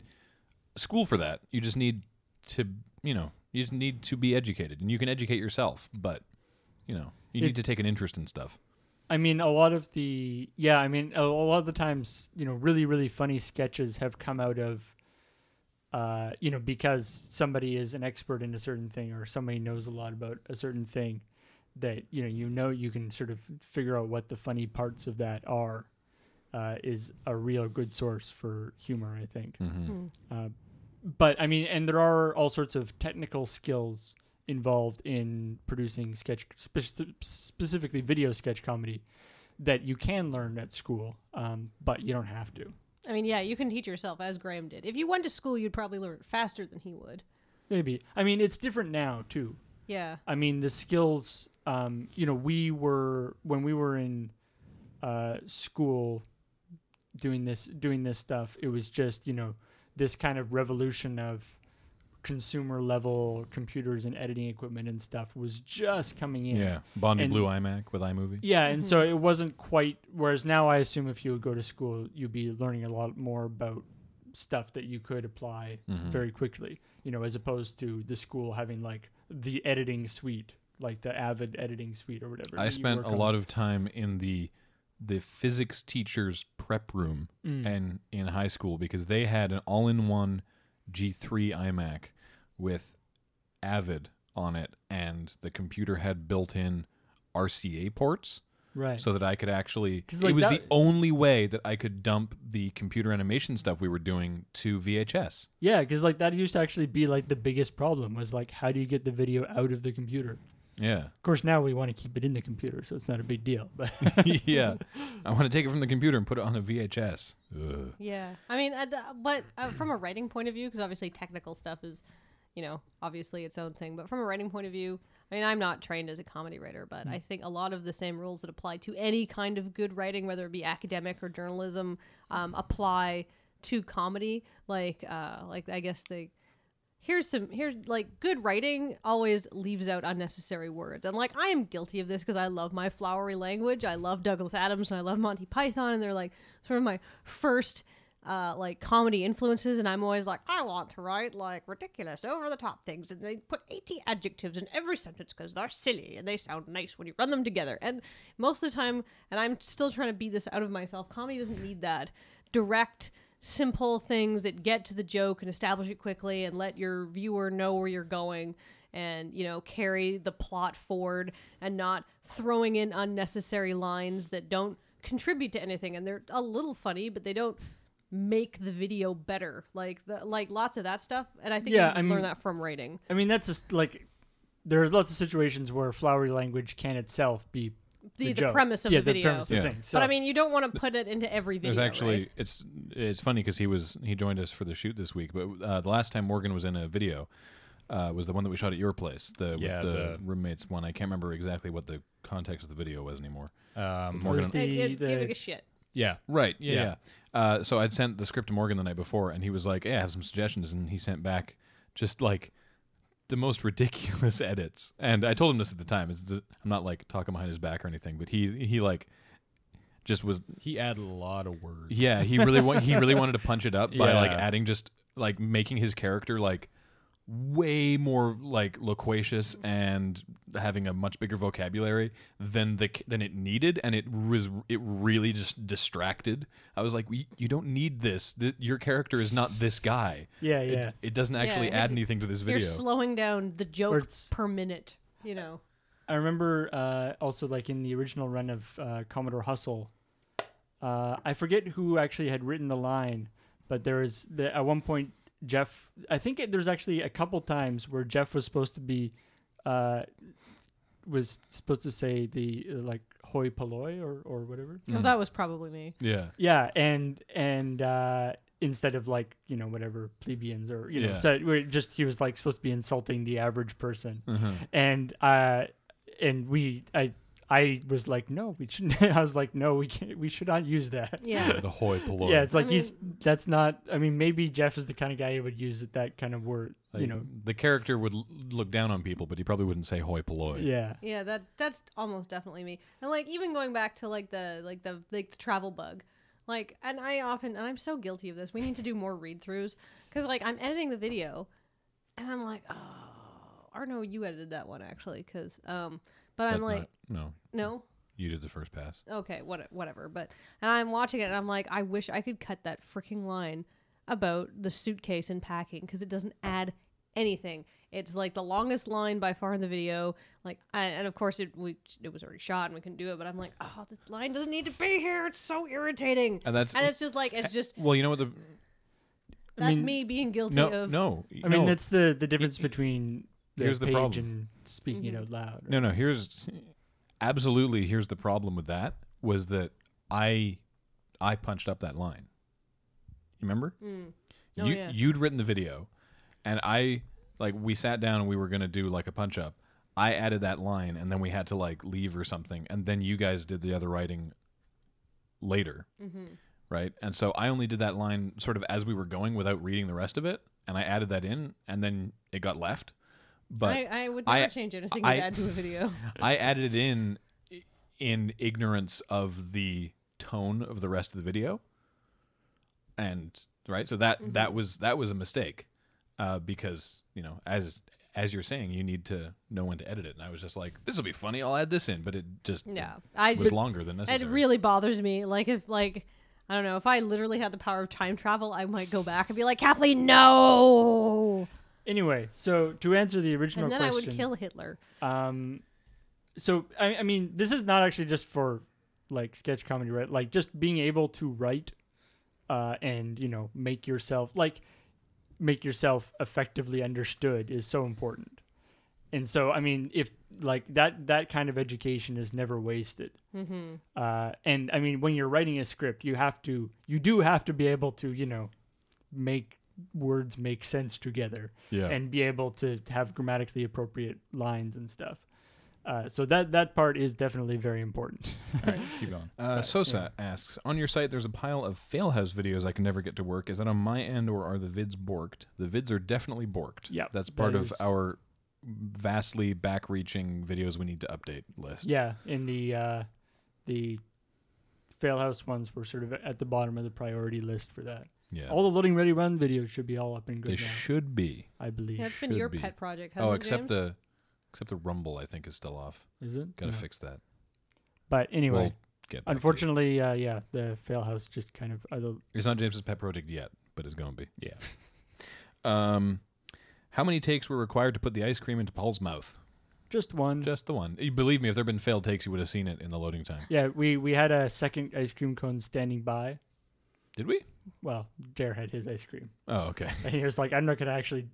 [SPEAKER 1] school for that. You just need to you know you just need to be educated, and you can educate yourself. But you know you
[SPEAKER 3] It-
[SPEAKER 1] need to take an interest in stuff.
[SPEAKER 3] I mean, a lot of the yeah, I mean, a, a lot of the times, you know, really really funny sketches have come out of, uh, you know, because somebody is an expert in a certain thing or somebody knows a lot about a certain thing, that you know, you know, you can sort of figure out what the funny parts of that are, uh, is a real good source for humor, I think.
[SPEAKER 1] Mm-hmm.
[SPEAKER 3] Uh, but I mean, and there are all sorts of technical skills involved in producing sketch, speci- specifically video sketch comedy, that you can learn at school, um, but you don't have to.
[SPEAKER 2] I mean, yeah, you can teach yourself as Graham did. If you went to school, you'd probably learn it faster than he would.
[SPEAKER 3] Maybe. I mean, it's different now too.
[SPEAKER 2] Yeah.
[SPEAKER 3] I mean, the skills. Um, you know, we were when we were in uh, school doing this doing this stuff. It was just you know this kind of revolution of consumer level computers and editing equipment and stuff was just coming in.
[SPEAKER 1] Yeah. Bondi
[SPEAKER 3] And-
[SPEAKER 1] Blue iMac with iMovie.
[SPEAKER 3] Yeah, and so it wasn't quite. Whereas now, I assume if you would go to school, you'd be learning a lot more about stuff that you could apply
[SPEAKER 1] Mm-hmm.
[SPEAKER 3] very quickly. You know, as opposed to the school having like the editing suite, like the Avid editing suite or whatever.
[SPEAKER 1] I spent a lot of time in the the physics teacher's prep room
[SPEAKER 3] Mm.
[SPEAKER 1] and in high school because they had an all-in-one G3 iMac with Avid on it and the computer had built-in RCA ports
[SPEAKER 3] right.
[SPEAKER 1] so that I could actually
[SPEAKER 3] 'Cause,
[SPEAKER 1] it
[SPEAKER 3] like,
[SPEAKER 1] was
[SPEAKER 3] that-
[SPEAKER 1] the only way that I could dump the computer animation stuff we were doing to VHS.
[SPEAKER 3] yeah, because like that used to actually be like the biggest problem was like how do you get the video out of the computer?
[SPEAKER 1] Yeah.
[SPEAKER 3] Of course, now we want to keep it in the computer, so it's not a big deal. But
[SPEAKER 1] yeah. I want to take it from the computer and put it on a VHS. Ugh.
[SPEAKER 2] Yeah, I mean, uh, the- but uh, from a writing point of view, because obviously technical stuff is, you know, obviously its own thing. But from a writing point of view, I mean, I'm not trained as a comedy writer, but I think a lot of the same rules that apply to any kind of good writing, whether it be academic or journalism, um, apply to comedy. Like, uh, like I guess they here's some here's like good writing always leaves out unnecessary words and like i am guilty of this because i love my flowery language i love douglas adams and i love monty python and they're like sort of my first uh, like comedy influences and i'm always like i want to write like ridiculous over the top things and they put 80 adjectives in every sentence because they're silly and they sound nice when you run them together and most of the time and i'm still trying to beat this out of myself comedy doesn't need that direct simple things that get to the joke and establish it quickly and let your viewer know where you're going and you know carry the plot forward and not throwing in unnecessary lines that don't contribute to anything and they're a little funny but they don't make the video better like the like lots of that stuff and i think
[SPEAKER 3] Yeah,
[SPEAKER 2] you just
[SPEAKER 3] I mean-
[SPEAKER 2] learn that from writing
[SPEAKER 3] I mean, that's just like there are lots of situations where flowery language can itself be
[SPEAKER 2] the, the,
[SPEAKER 3] joke.
[SPEAKER 2] premise of
[SPEAKER 3] yeah,
[SPEAKER 2] the video
[SPEAKER 3] premise of
[SPEAKER 1] Yeah.
[SPEAKER 3] the thing. So,
[SPEAKER 2] but i mean you don't want to put it into every video
[SPEAKER 1] There's actually
[SPEAKER 2] right?
[SPEAKER 1] it's it's funny because he was he joined us for the shoot this week, but uh, the last time Morgan was in a video uh, was the one that we shot at your place, the
[SPEAKER 4] Yeah,
[SPEAKER 1] with the,
[SPEAKER 4] the-
[SPEAKER 1] roommates one. I can't remember exactly what the context of the video was anymore.
[SPEAKER 4] Um,
[SPEAKER 3] It was
[SPEAKER 1] Morgan-
[SPEAKER 2] They-
[SPEAKER 3] the-
[SPEAKER 2] they-
[SPEAKER 3] the-
[SPEAKER 2] giving a shit
[SPEAKER 4] yeah.
[SPEAKER 1] Right.
[SPEAKER 4] yeah.
[SPEAKER 1] Yeah. yeah. Uh, so I'd sent the script to Morgan the night before, and he was like, "Hey, I have some suggestions," and he sent back just like the most ridiculous edits. And I told him this at the time. It's I'm not like talking behind his back or anything, but he he like just was
[SPEAKER 4] He added a lot of words.
[SPEAKER 1] Yeah, he really wa- he really wanted to punch it up by like
[SPEAKER 4] Yeah.
[SPEAKER 1] adding just like making his character like way more like loquacious and having a much bigger vocabulary than the c- than it needed and it was it really just distracted. I was like, "We- "You don't need this. Th- your character is not this guy."
[SPEAKER 3] yeah,
[SPEAKER 1] It-
[SPEAKER 3] yeah.
[SPEAKER 1] It, doesn't actually
[SPEAKER 2] it
[SPEAKER 1] add
[SPEAKER 2] makes it-
[SPEAKER 1] anything to this video.
[SPEAKER 2] You're slowing down the joke
[SPEAKER 3] it's-
[SPEAKER 2] per minute. You know,
[SPEAKER 3] I remember uh, also like in the original run of uh, Commodore Hustle, uh, I forget who actually had written the line, but there was the, at one point Jeff. I think it, there's actually a couple times where Jeff was supposed to be, uh, was supposed to say the uh, like hoi polloi or or whatever.
[SPEAKER 1] Mm.
[SPEAKER 2] oh, that was probably me.
[SPEAKER 1] yeah.
[SPEAKER 3] Yeah, and and uh, instead of like you know whatever plebeians or you know
[SPEAKER 1] Yeah.
[SPEAKER 3] so we're just he was like supposed to be insulting the average person,
[SPEAKER 1] Uh-huh.
[SPEAKER 3] and uh, and we I I was like no we shouldn't I was like no we can't we should not use that.
[SPEAKER 2] Yeah,
[SPEAKER 1] The hoi polloi.
[SPEAKER 3] Yeah, it's like
[SPEAKER 2] I
[SPEAKER 3] he's that's not. I mean, maybe Jeff is the kind of guy who would use it, that kind of word, you
[SPEAKER 1] Like,
[SPEAKER 3] know.
[SPEAKER 1] the character would l- look down on people, but he probably wouldn't say hoi polloi.
[SPEAKER 3] Yeah,
[SPEAKER 2] yeah. That that's almost definitely me. And like even going back to like the like the like the travel bug, like and I often and I'm so guilty of this. We need to do more read throughs because like I'm editing the video, and I'm like, oh, or no, you edited that one actually because um, but
[SPEAKER 1] That's
[SPEAKER 2] I'm like,
[SPEAKER 1] not- no,
[SPEAKER 2] no,
[SPEAKER 1] you did the first pass.
[SPEAKER 2] okay, what, whatever. But and I'm watching it, and I'm like, I wish I could cut that freaking line about the suitcase and packing because it doesn't add anything. It's like the longest line by far in the video. Like, and, and of course, it we it was already shot and we couldn't do it. But I'm like, oh, this line doesn't need to be here. It's so irritating.
[SPEAKER 1] And that's-
[SPEAKER 2] and it's just like it's just
[SPEAKER 1] Well, you know what the
[SPEAKER 2] that's
[SPEAKER 3] mean-
[SPEAKER 2] me being guilty
[SPEAKER 1] no
[SPEAKER 2] of
[SPEAKER 1] no
[SPEAKER 3] I mean that's the the difference between the
[SPEAKER 1] here's the
[SPEAKER 3] page
[SPEAKER 1] problem.
[SPEAKER 3] and speaking
[SPEAKER 2] Mm-hmm.
[SPEAKER 3] it out loud.
[SPEAKER 1] no no here's absolutely here's the problem with that was that I I punched up that line. You remember?
[SPEAKER 2] Oh,
[SPEAKER 1] you
[SPEAKER 2] yeah.
[SPEAKER 1] you'd written the video, and I like we sat down and we were gonna do like a punch up. I added that line and then we had to
[SPEAKER 2] Mm-hmm.
[SPEAKER 1] like leave or something, and then you guys did the other writing later, right? And so I only did that line sort of as we were going without reading the rest of it, and I added that in, and then it got left. But
[SPEAKER 2] I, I would
[SPEAKER 1] I-
[SPEAKER 2] never change anything
[SPEAKER 1] I-
[SPEAKER 2] you add to a video.
[SPEAKER 1] I added it in in ignorance of the tone of the rest of the video. And right, so that
[SPEAKER 2] Mm-hmm.
[SPEAKER 1] that was that was a mistake uh, because you know as as you're saying, you need to know when to edit it. And I was just like, this will be funny. I'll add this in, but it just
[SPEAKER 2] Yeah, I
[SPEAKER 1] it was
[SPEAKER 2] just-
[SPEAKER 1] longer than necessary.
[SPEAKER 2] it really bothers me. Like if like I don't know if I literally had the power of time travel, I might go back and be like Kathleen, no,
[SPEAKER 3] Anyway, so to answer the original
[SPEAKER 2] and then
[SPEAKER 3] question,
[SPEAKER 2] I would kill Hitler.
[SPEAKER 3] Um, so I, I mean, this is not actually just for like sketch comedy, right? Like just being able to write, uh, and you know, make yourself like make yourself effectively understood is so important. And so, I mean, if like that that kind of education is never wasted.
[SPEAKER 2] Mm-hmm.
[SPEAKER 3] Uh, and I mean, when you're writing a script, you have to you do have to be able to you know make words make sense together
[SPEAKER 1] yeah.
[SPEAKER 3] and be able to have grammatically appropriate lines and stuff. Uh, so that that part is definitely very important.
[SPEAKER 4] All right, keep going.
[SPEAKER 1] Uh, Sosa asks, on your site, there's a pile of failhouse videos I can never get to work. Is that on my end or are the vids borked? The vids are definitely borked.
[SPEAKER 3] Yep,
[SPEAKER 1] That's
[SPEAKER 3] that
[SPEAKER 1] part of
[SPEAKER 3] is-
[SPEAKER 1] our vastly back reaching videos we need to update list.
[SPEAKER 3] yeah, in the uh, the failhouse ones were sort of at the bottom of the priority list for that.
[SPEAKER 1] Yeah.
[SPEAKER 3] All the loading ready run videos should be all up and
[SPEAKER 1] they
[SPEAKER 3] good now,
[SPEAKER 1] should be.
[SPEAKER 3] I believe.
[SPEAKER 2] That's been
[SPEAKER 1] should
[SPEAKER 2] your
[SPEAKER 1] be.
[SPEAKER 2] pet project. Hasn't
[SPEAKER 1] Oh,
[SPEAKER 2] it,
[SPEAKER 1] except
[SPEAKER 2] James?
[SPEAKER 1] the except the rumble I think is still off.
[SPEAKER 3] Is it?
[SPEAKER 1] Gotta
[SPEAKER 3] No.
[SPEAKER 1] fix that.
[SPEAKER 3] But anyway,
[SPEAKER 1] We'll get back to it.
[SPEAKER 3] unfortunately, uh, yeah, the failhouse just kind of. Uh,
[SPEAKER 1] It's not James's pet project yet, but it's gonna be.
[SPEAKER 4] Yeah.
[SPEAKER 1] Um how many takes were required to put the ice cream into Paul's mouth?
[SPEAKER 3] just one.
[SPEAKER 1] Just the one. You believe me, if there'd been failed takes, you would have seen it in the loading time.
[SPEAKER 3] yeah, we we had a second ice cream cone standing by.
[SPEAKER 1] Did we?
[SPEAKER 3] Well, Dare had his ice cream.
[SPEAKER 1] Oh, okay.
[SPEAKER 3] And he was like, I'm not going to actually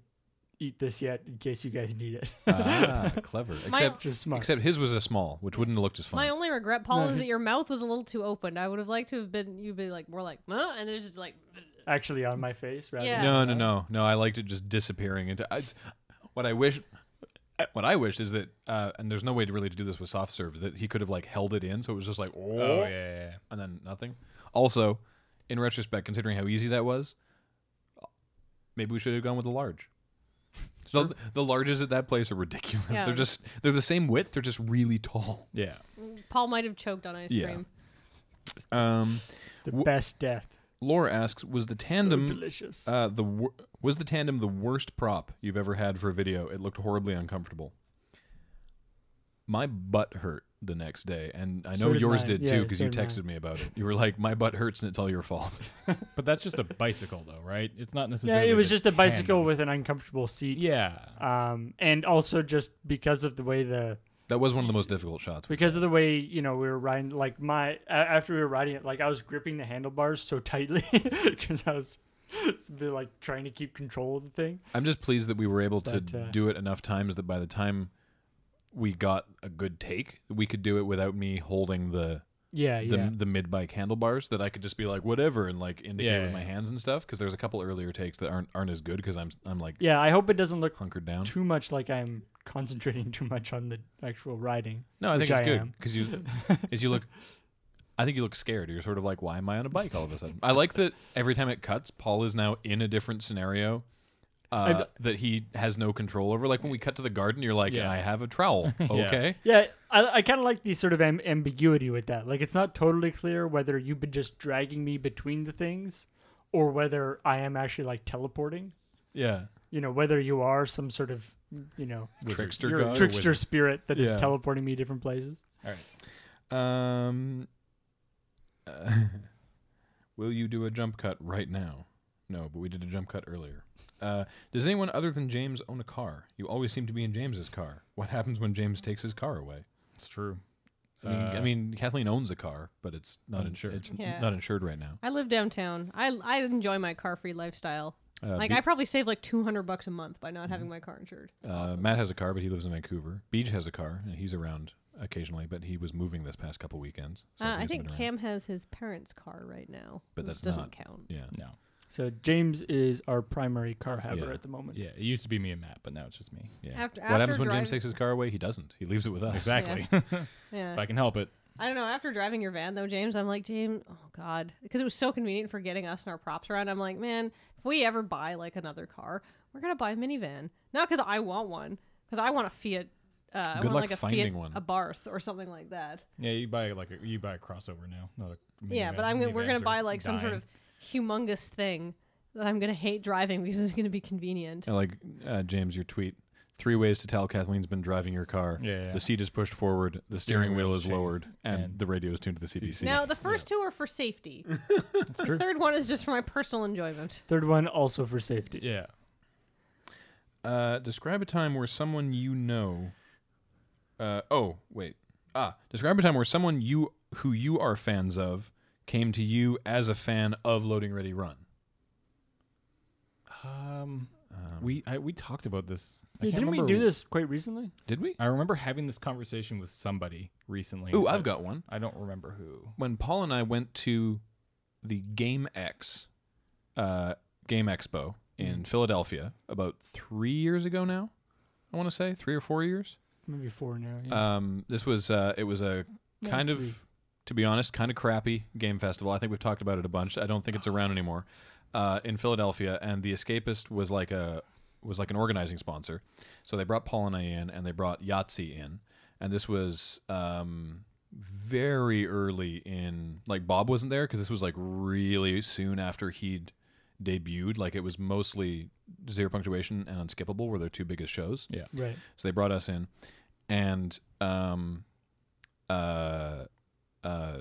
[SPEAKER 3] eat this yet in case you guys need it.
[SPEAKER 1] ah, clever.
[SPEAKER 2] My-
[SPEAKER 1] Except
[SPEAKER 3] Just smart.
[SPEAKER 1] except his was a small, which wouldn't have looked as
[SPEAKER 2] My
[SPEAKER 1] fun.
[SPEAKER 2] only regret, Paul,
[SPEAKER 3] No,
[SPEAKER 2] is that
[SPEAKER 3] his-
[SPEAKER 2] your mouth was a little too open. I would have liked to have been you'd be like more like, huh? and there's just like,
[SPEAKER 3] actually on my face rather
[SPEAKER 2] Yeah.
[SPEAKER 3] than
[SPEAKER 1] No, no, no, no. I liked it just disappearing into. It's, what I wish, what I wish is that, uh, and there's no way to really to do this with soft serve that he could have like held it in, so it was just like oh,
[SPEAKER 4] Oh yeah, yeah, yeah.
[SPEAKER 1] and then nothing. Also, in retrospect, considering how easy that was, maybe we should have gone with the large. The, the larges at that place are ridiculous.
[SPEAKER 2] Yeah.
[SPEAKER 1] They're just they're the same width. They're just really tall.
[SPEAKER 4] Yeah.
[SPEAKER 2] Paul might have choked on ice
[SPEAKER 1] Yeah.
[SPEAKER 2] cream.
[SPEAKER 1] Um,
[SPEAKER 3] the
[SPEAKER 1] W-
[SPEAKER 3] best death.
[SPEAKER 1] Laura asks, was the
[SPEAKER 3] So
[SPEAKER 1] tandem
[SPEAKER 3] delicious.
[SPEAKER 1] Uh, the wor- was the tandem the worst prop you've ever had for a video. It looked horribly uncomfortable. My butt hurt the next day, and I
[SPEAKER 3] So
[SPEAKER 1] know
[SPEAKER 3] did
[SPEAKER 1] yours
[SPEAKER 3] mine.
[SPEAKER 1] did
[SPEAKER 3] Yeah,
[SPEAKER 1] too because
[SPEAKER 3] so
[SPEAKER 1] you
[SPEAKER 3] did mine.
[SPEAKER 1] texted me about it. You were like, "My butt hurts, and it's all your fault."
[SPEAKER 4] But that's just a bicycle, though, right? It's not
[SPEAKER 3] yeah,
[SPEAKER 4] necessarily.
[SPEAKER 3] it was
[SPEAKER 4] the
[SPEAKER 3] just a bicycle
[SPEAKER 4] tandem.
[SPEAKER 3] with an uncomfortable seat.
[SPEAKER 4] Yeah.
[SPEAKER 3] Um, and also just because of the way the
[SPEAKER 1] that was one of the most difficult shots.
[SPEAKER 3] because of the way you know we were riding like my a- after we were riding it like I was gripping the handlebars so tightly because I was like trying to keep control of the thing.
[SPEAKER 1] I'm just pleased that we were able to
[SPEAKER 3] But, uh,
[SPEAKER 1] do it enough times that by the time we got a good take, we could do it without me holding the
[SPEAKER 3] Yeah,
[SPEAKER 1] the,
[SPEAKER 3] yeah.
[SPEAKER 1] the mid bike handlebars that I could just be like whatever and like indicate
[SPEAKER 4] Yeah,
[SPEAKER 1] with
[SPEAKER 4] yeah,
[SPEAKER 1] my
[SPEAKER 4] yeah.
[SPEAKER 1] hands and stuff. Because there's a couple earlier takes that aren't aren't as good because I'm I'm like
[SPEAKER 3] yeah, I hope it doesn't look
[SPEAKER 1] hunkered down.
[SPEAKER 3] too much like I'm concentrating too much on the actual riding.
[SPEAKER 1] No, I think
[SPEAKER 3] which
[SPEAKER 1] it's
[SPEAKER 3] I
[SPEAKER 1] good
[SPEAKER 3] am.
[SPEAKER 1] because you, as you look, I think you look scared. You're sort of like, why am I on a bike all of a sudden? I like that every time it cuts, Paul is now in a different scenario uh,
[SPEAKER 3] I've-
[SPEAKER 1] that he has no control over. Like when we cut to the garden, you're like,
[SPEAKER 4] Yeah.
[SPEAKER 1] I have a trowel. Okay,
[SPEAKER 3] Yeah, I, I kind of like the sort of am- ambiguity with that. Like, it's not totally clear whether you've been just dragging me between the things or whether I am actually like teleporting.
[SPEAKER 1] yeah,
[SPEAKER 3] You know, whether you are some sort of, you know,
[SPEAKER 1] trickster
[SPEAKER 4] You're a
[SPEAKER 1] god.
[SPEAKER 3] trickster spirit that is
[SPEAKER 1] Yeah.
[SPEAKER 3] teleporting me different places.
[SPEAKER 4] All right.
[SPEAKER 1] Um, uh, will you do a jump cut right now? No, but we did a jump cut earlier. Uh, does anyone other than James own a car? You always seem to be in James's car. What happens when James takes his car away?
[SPEAKER 4] It's true.
[SPEAKER 1] I mean, I
[SPEAKER 4] Uh,
[SPEAKER 1] mean, Kathleen owns a car, but it's not insured.
[SPEAKER 4] Uninsured.
[SPEAKER 1] It's n-
[SPEAKER 2] Yeah.
[SPEAKER 1] not insured right now.
[SPEAKER 2] I live downtown. I I enjoy my car free lifestyle.
[SPEAKER 1] Uh,
[SPEAKER 2] Like
[SPEAKER 1] Be-
[SPEAKER 2] I probably save like two hundred bucks a month by not having my car insured.
[SPEAKER 1] uh, Matt has a car, but he lives in Vancouver. Beach has a car, and he's around occasionally, but he was moving this past couple weekends. so
[SPEAKER 2] uh,
[SPEAKER 1] he
[SPEAKER 2] I
[SPEAKER 1] hasn't
[SPEAKER 2] think
[SPEAKER 1] been around.
[SPEAKER 2] Cam has his parents' car right now,
[SPEAKER 1] But
[SPEAKER 2] which
[SPEAKER 1] that's
[SPEAKER 2] doesn't
[SPEAKER 1] not-
[SPEAKER 2] count.
[SPEAKER 1] Yeah.
[SPEAKER 4] No.
[SPEAKER 3] So, James is our primary car haver
[SPEAKER 1] Yeah.
[SPEAKER 3] at the moment.
[SPEAKER 4] Yeah, it used to be me and Matt, but now it's just me.
[SPEAKER 1] Yeah.
[SPEAKER 2] After-
[SPEAKER 1] what happens
[SPEAKER 2] after
[SPEAKER 1] when James
[SPEAKER 2] drive-
[SPEAKER 1] takes his car away? He doesn't. He leaves it with us.
[SPEAKER 4] Exactly. if
[SPEAKER 2] Yeah,
[SPEAKER 4] I can help it.
[SPEAKER 2] I don't know. After driving your van though, James, I'm like, James, oh god, because it was so convenient for getting us and our props around. I'm like, man, if we ever buy like another car, we're gonna buy a minivan. Not because I want one, because I want a Fiat. Uh, I
[SPEAKER 1] Good
[SPEAKER 2] want
[SPEAKER 1] luck
[SPEAKER 2] like a Fiat,
[SPEAKER 1] finding one.
[SPEAKER 2] a Barth or something like that.
[SPEAKER 4] Yeah, you buy like a, you buy a crossover now, not a.
[SPEAKER 2] yeah,
[SPEAKER 4] minivan.
[SPEAKER 2] but I'm gonna we're
[SPEAKER 4] Minivans
[SPEAKER 2] gonna
[SPEAKER 4] are
[SPEAKER 2] buy like some sort
[SPEAKER 4] dying.
[SPEAKER 2] of humongous thing that I'm gonna hate driving because it's gonna be convenient.
[SPEAKER 1] I like uh, James, your tweet. Three ways to tell Kathleen's been driving your car.
[SPEAKER 4] Yeah, yeah.
[SPEAKER 1] The seat is pushed forward, the steering, wheel is lowered, and, the radio is tuned to the CDC.
[SPEAKER 2] Now the first two are for safety. the third one is just for my personal enjoyment.
[SPEAKER 3] Third one also for safety.
[SPEAKER 4] Yeah.
[SPEAKER 1] Uh, describe a time where someone you know. Uh, oh wait. Ah, describe a time where someone you who you are fans of came to you as a fan of Loading Ready Run.
[SPEAKER 4] Um, we I, we talked about this. I
[SPEAKER 3] Yeah,
[SPEAKER 4] can't
[SPEAKER 3] didn't we
[SPEAKER 4] remember-
[SPEAKER 3] do this quite recently?
[SPEAKER 1] Did we?
[SPEAKER 4] I remember having this conversation with somebody recently.
[SPEAKER 1] Ooh, I've
[SPEAKER 4] but
[SPEAKER 1] got one.
[SPEAKER 4] I don't remember who.
[SPEAKER 1] When Paul and I went to the Game X uh, Game Expo in Philadelphia about three years ago now, I want to say three or four years.
[SPEAKER 3] Maybe four now. Yeah.
[SPEAKER 1] Um, this was uh, it was a
[SPEAKER 3] Yeah,
[SPEAKER 1] kind
[SPEAKER 3] three.
[SPEAKER 1] of, to be honest, kind of crappy game festival. I think we've talked about it a bunch. I don't think it's around anymore. Uh, in Philadelphia, and the Escapist was like a was like an organizing sponsor. So they brought Paul and I in, and they brought Yahtzee in, and this was um, very early in like Bob wasn't there because this was like really soon after he'd debuted. Like it was mostly Zero Punctuation and Unskippable were their two biggest shows.
[SPEAKER 4] Yeah.
[SPEAKER 3] right.
[SPEAKER 1] So they brought us in, and um, uh, uh,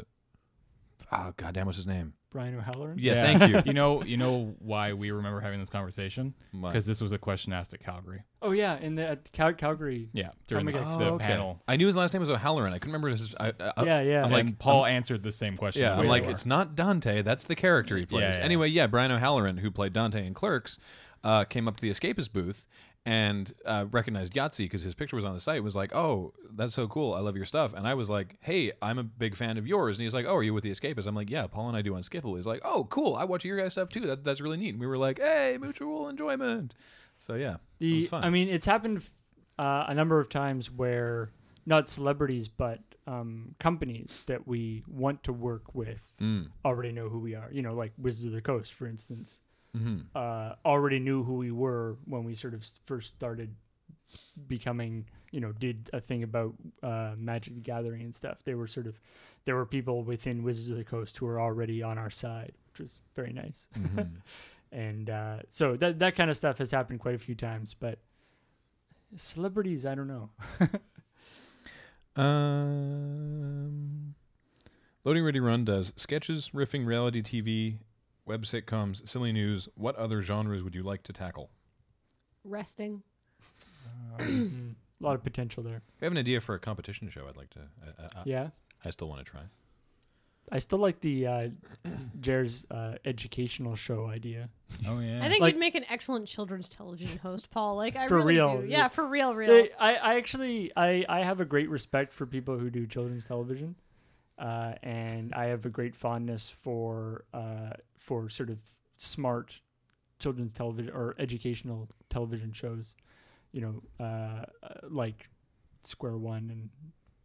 [SPEAKER 1] oh goddamn, what's his name?
[SPEAKER 3] Brian O'Halloran.
[SPEAKER 1] Yeah, thank you.
[SPEAKER 4] you know, you know why we remember having this conversation?
[SPEAKER 1] My-
[SPEAKER 4] Because this was a question asked at Calgary.
[SPEAKER 3] Oh yeah, in the at Cal- Calgary.
[SPEAKER 4] Yeah, during the,
[SPEAKER 3] Comic
[SPEAKER 4] the
[SPEAKER 1] oh, okay.
[SPEAKER 4] panel.
[SPEAKER 1] I knew his last name was O'Halloran. I couldn't remember his. I, I,
[SPEAKER 3] yeah, yeah.
[SPEAKER 1] Uh, I'm
[SPEAKER 4] I'm
[SPEAKER 1] like-
[SPEAKER 4] like Paul answered the same question.
[SPEAKER 1] yeah,
[SPEAKER 4] the way
[SPEAKER 1] I'm
[SPEAKER 4] you
[SPEAKER 1] like,
[SPEAKER 4] are.
[SPEAKER 1] it's not Dante. That's the character he plays.
[SPEAKER 4] yeah.
[SPEAKER 1] Anyway, yeah, Brian O'Halloran, who played Dante in Clerks, uh, came up to the escapist booth and uh, recognized Yahtzee because his picture was on the site. Was like, oh, that's so cool. I love your stuff. And I was like, hey, I'm a big fan of yours. And he's like, oh, are you with the escapist? I'm like, yeah, Paul and I do on Skipple. He's like, oh, cool. I watch your guys' stuff too. That, that's really neat. And we were like, hey, mutual enjoyment. So yeah, it was
[SPEAKER 3] the
[SPEAKER 1] fun.
[SPEAKER 3] I mean, it's happened f- uh, a number of times where not celebrities but um, companies that we want to work with
[SPEAKER 1] Mm.
[SPEAKER 3] already know who we are. You know, like Wizards of the Coast, for instance,
[SPEAKER 1] Mhm.
[SPEAKER 3] uh, already knew who we were when we sort of s- first started becoming. You know, did a thing about uh, Magic the Gathering and stuff. They were sort of there were people within Wizards of the Coast who were already on our side, which was very nice.
[SPEAKER 1] mm-hmm.
[SPEAKER 3] and uh, so that that kind of stuff has happened quite a few times. But celebrities, I don't know.
[SPEAKER 1] Um, Loading Ready Run does sketches, riffing, reality TV, web sitcoms, silly news. What other genres would you like to tackle?
[SPEAKER 2] Resting.
[SPEAKER 3] Mm. a lot of potential there.
[SPEAKER 1] We have an idea for a competition show. I'd like to. I, I, I-
[SPEAKER 3] Yeah,
[SPEAKER 1] I still want to try.
[SPEAKER 3] I still like the uh, Jared's uh, educational show idea.
[SPEAKER 4] oh yeah.
[SPEAKER 2] I think
[SPEAKER 3] Like-
[SPEAKER 2] you'd make an excellent children's television host, Paul. Like I
[SPEAKER 3] For
[SPEAKER 2] really
[SPEAKER 3] real.
[SPEAKER 2] do. Yeah, for real, real.
[SPEAKER 3] They, I, I actually I, I have a great respect for people who do children's television, uh, and I have a great fondness for uh, for sort of smart children's television or educational television shows, you know, uh, uh, like Square One and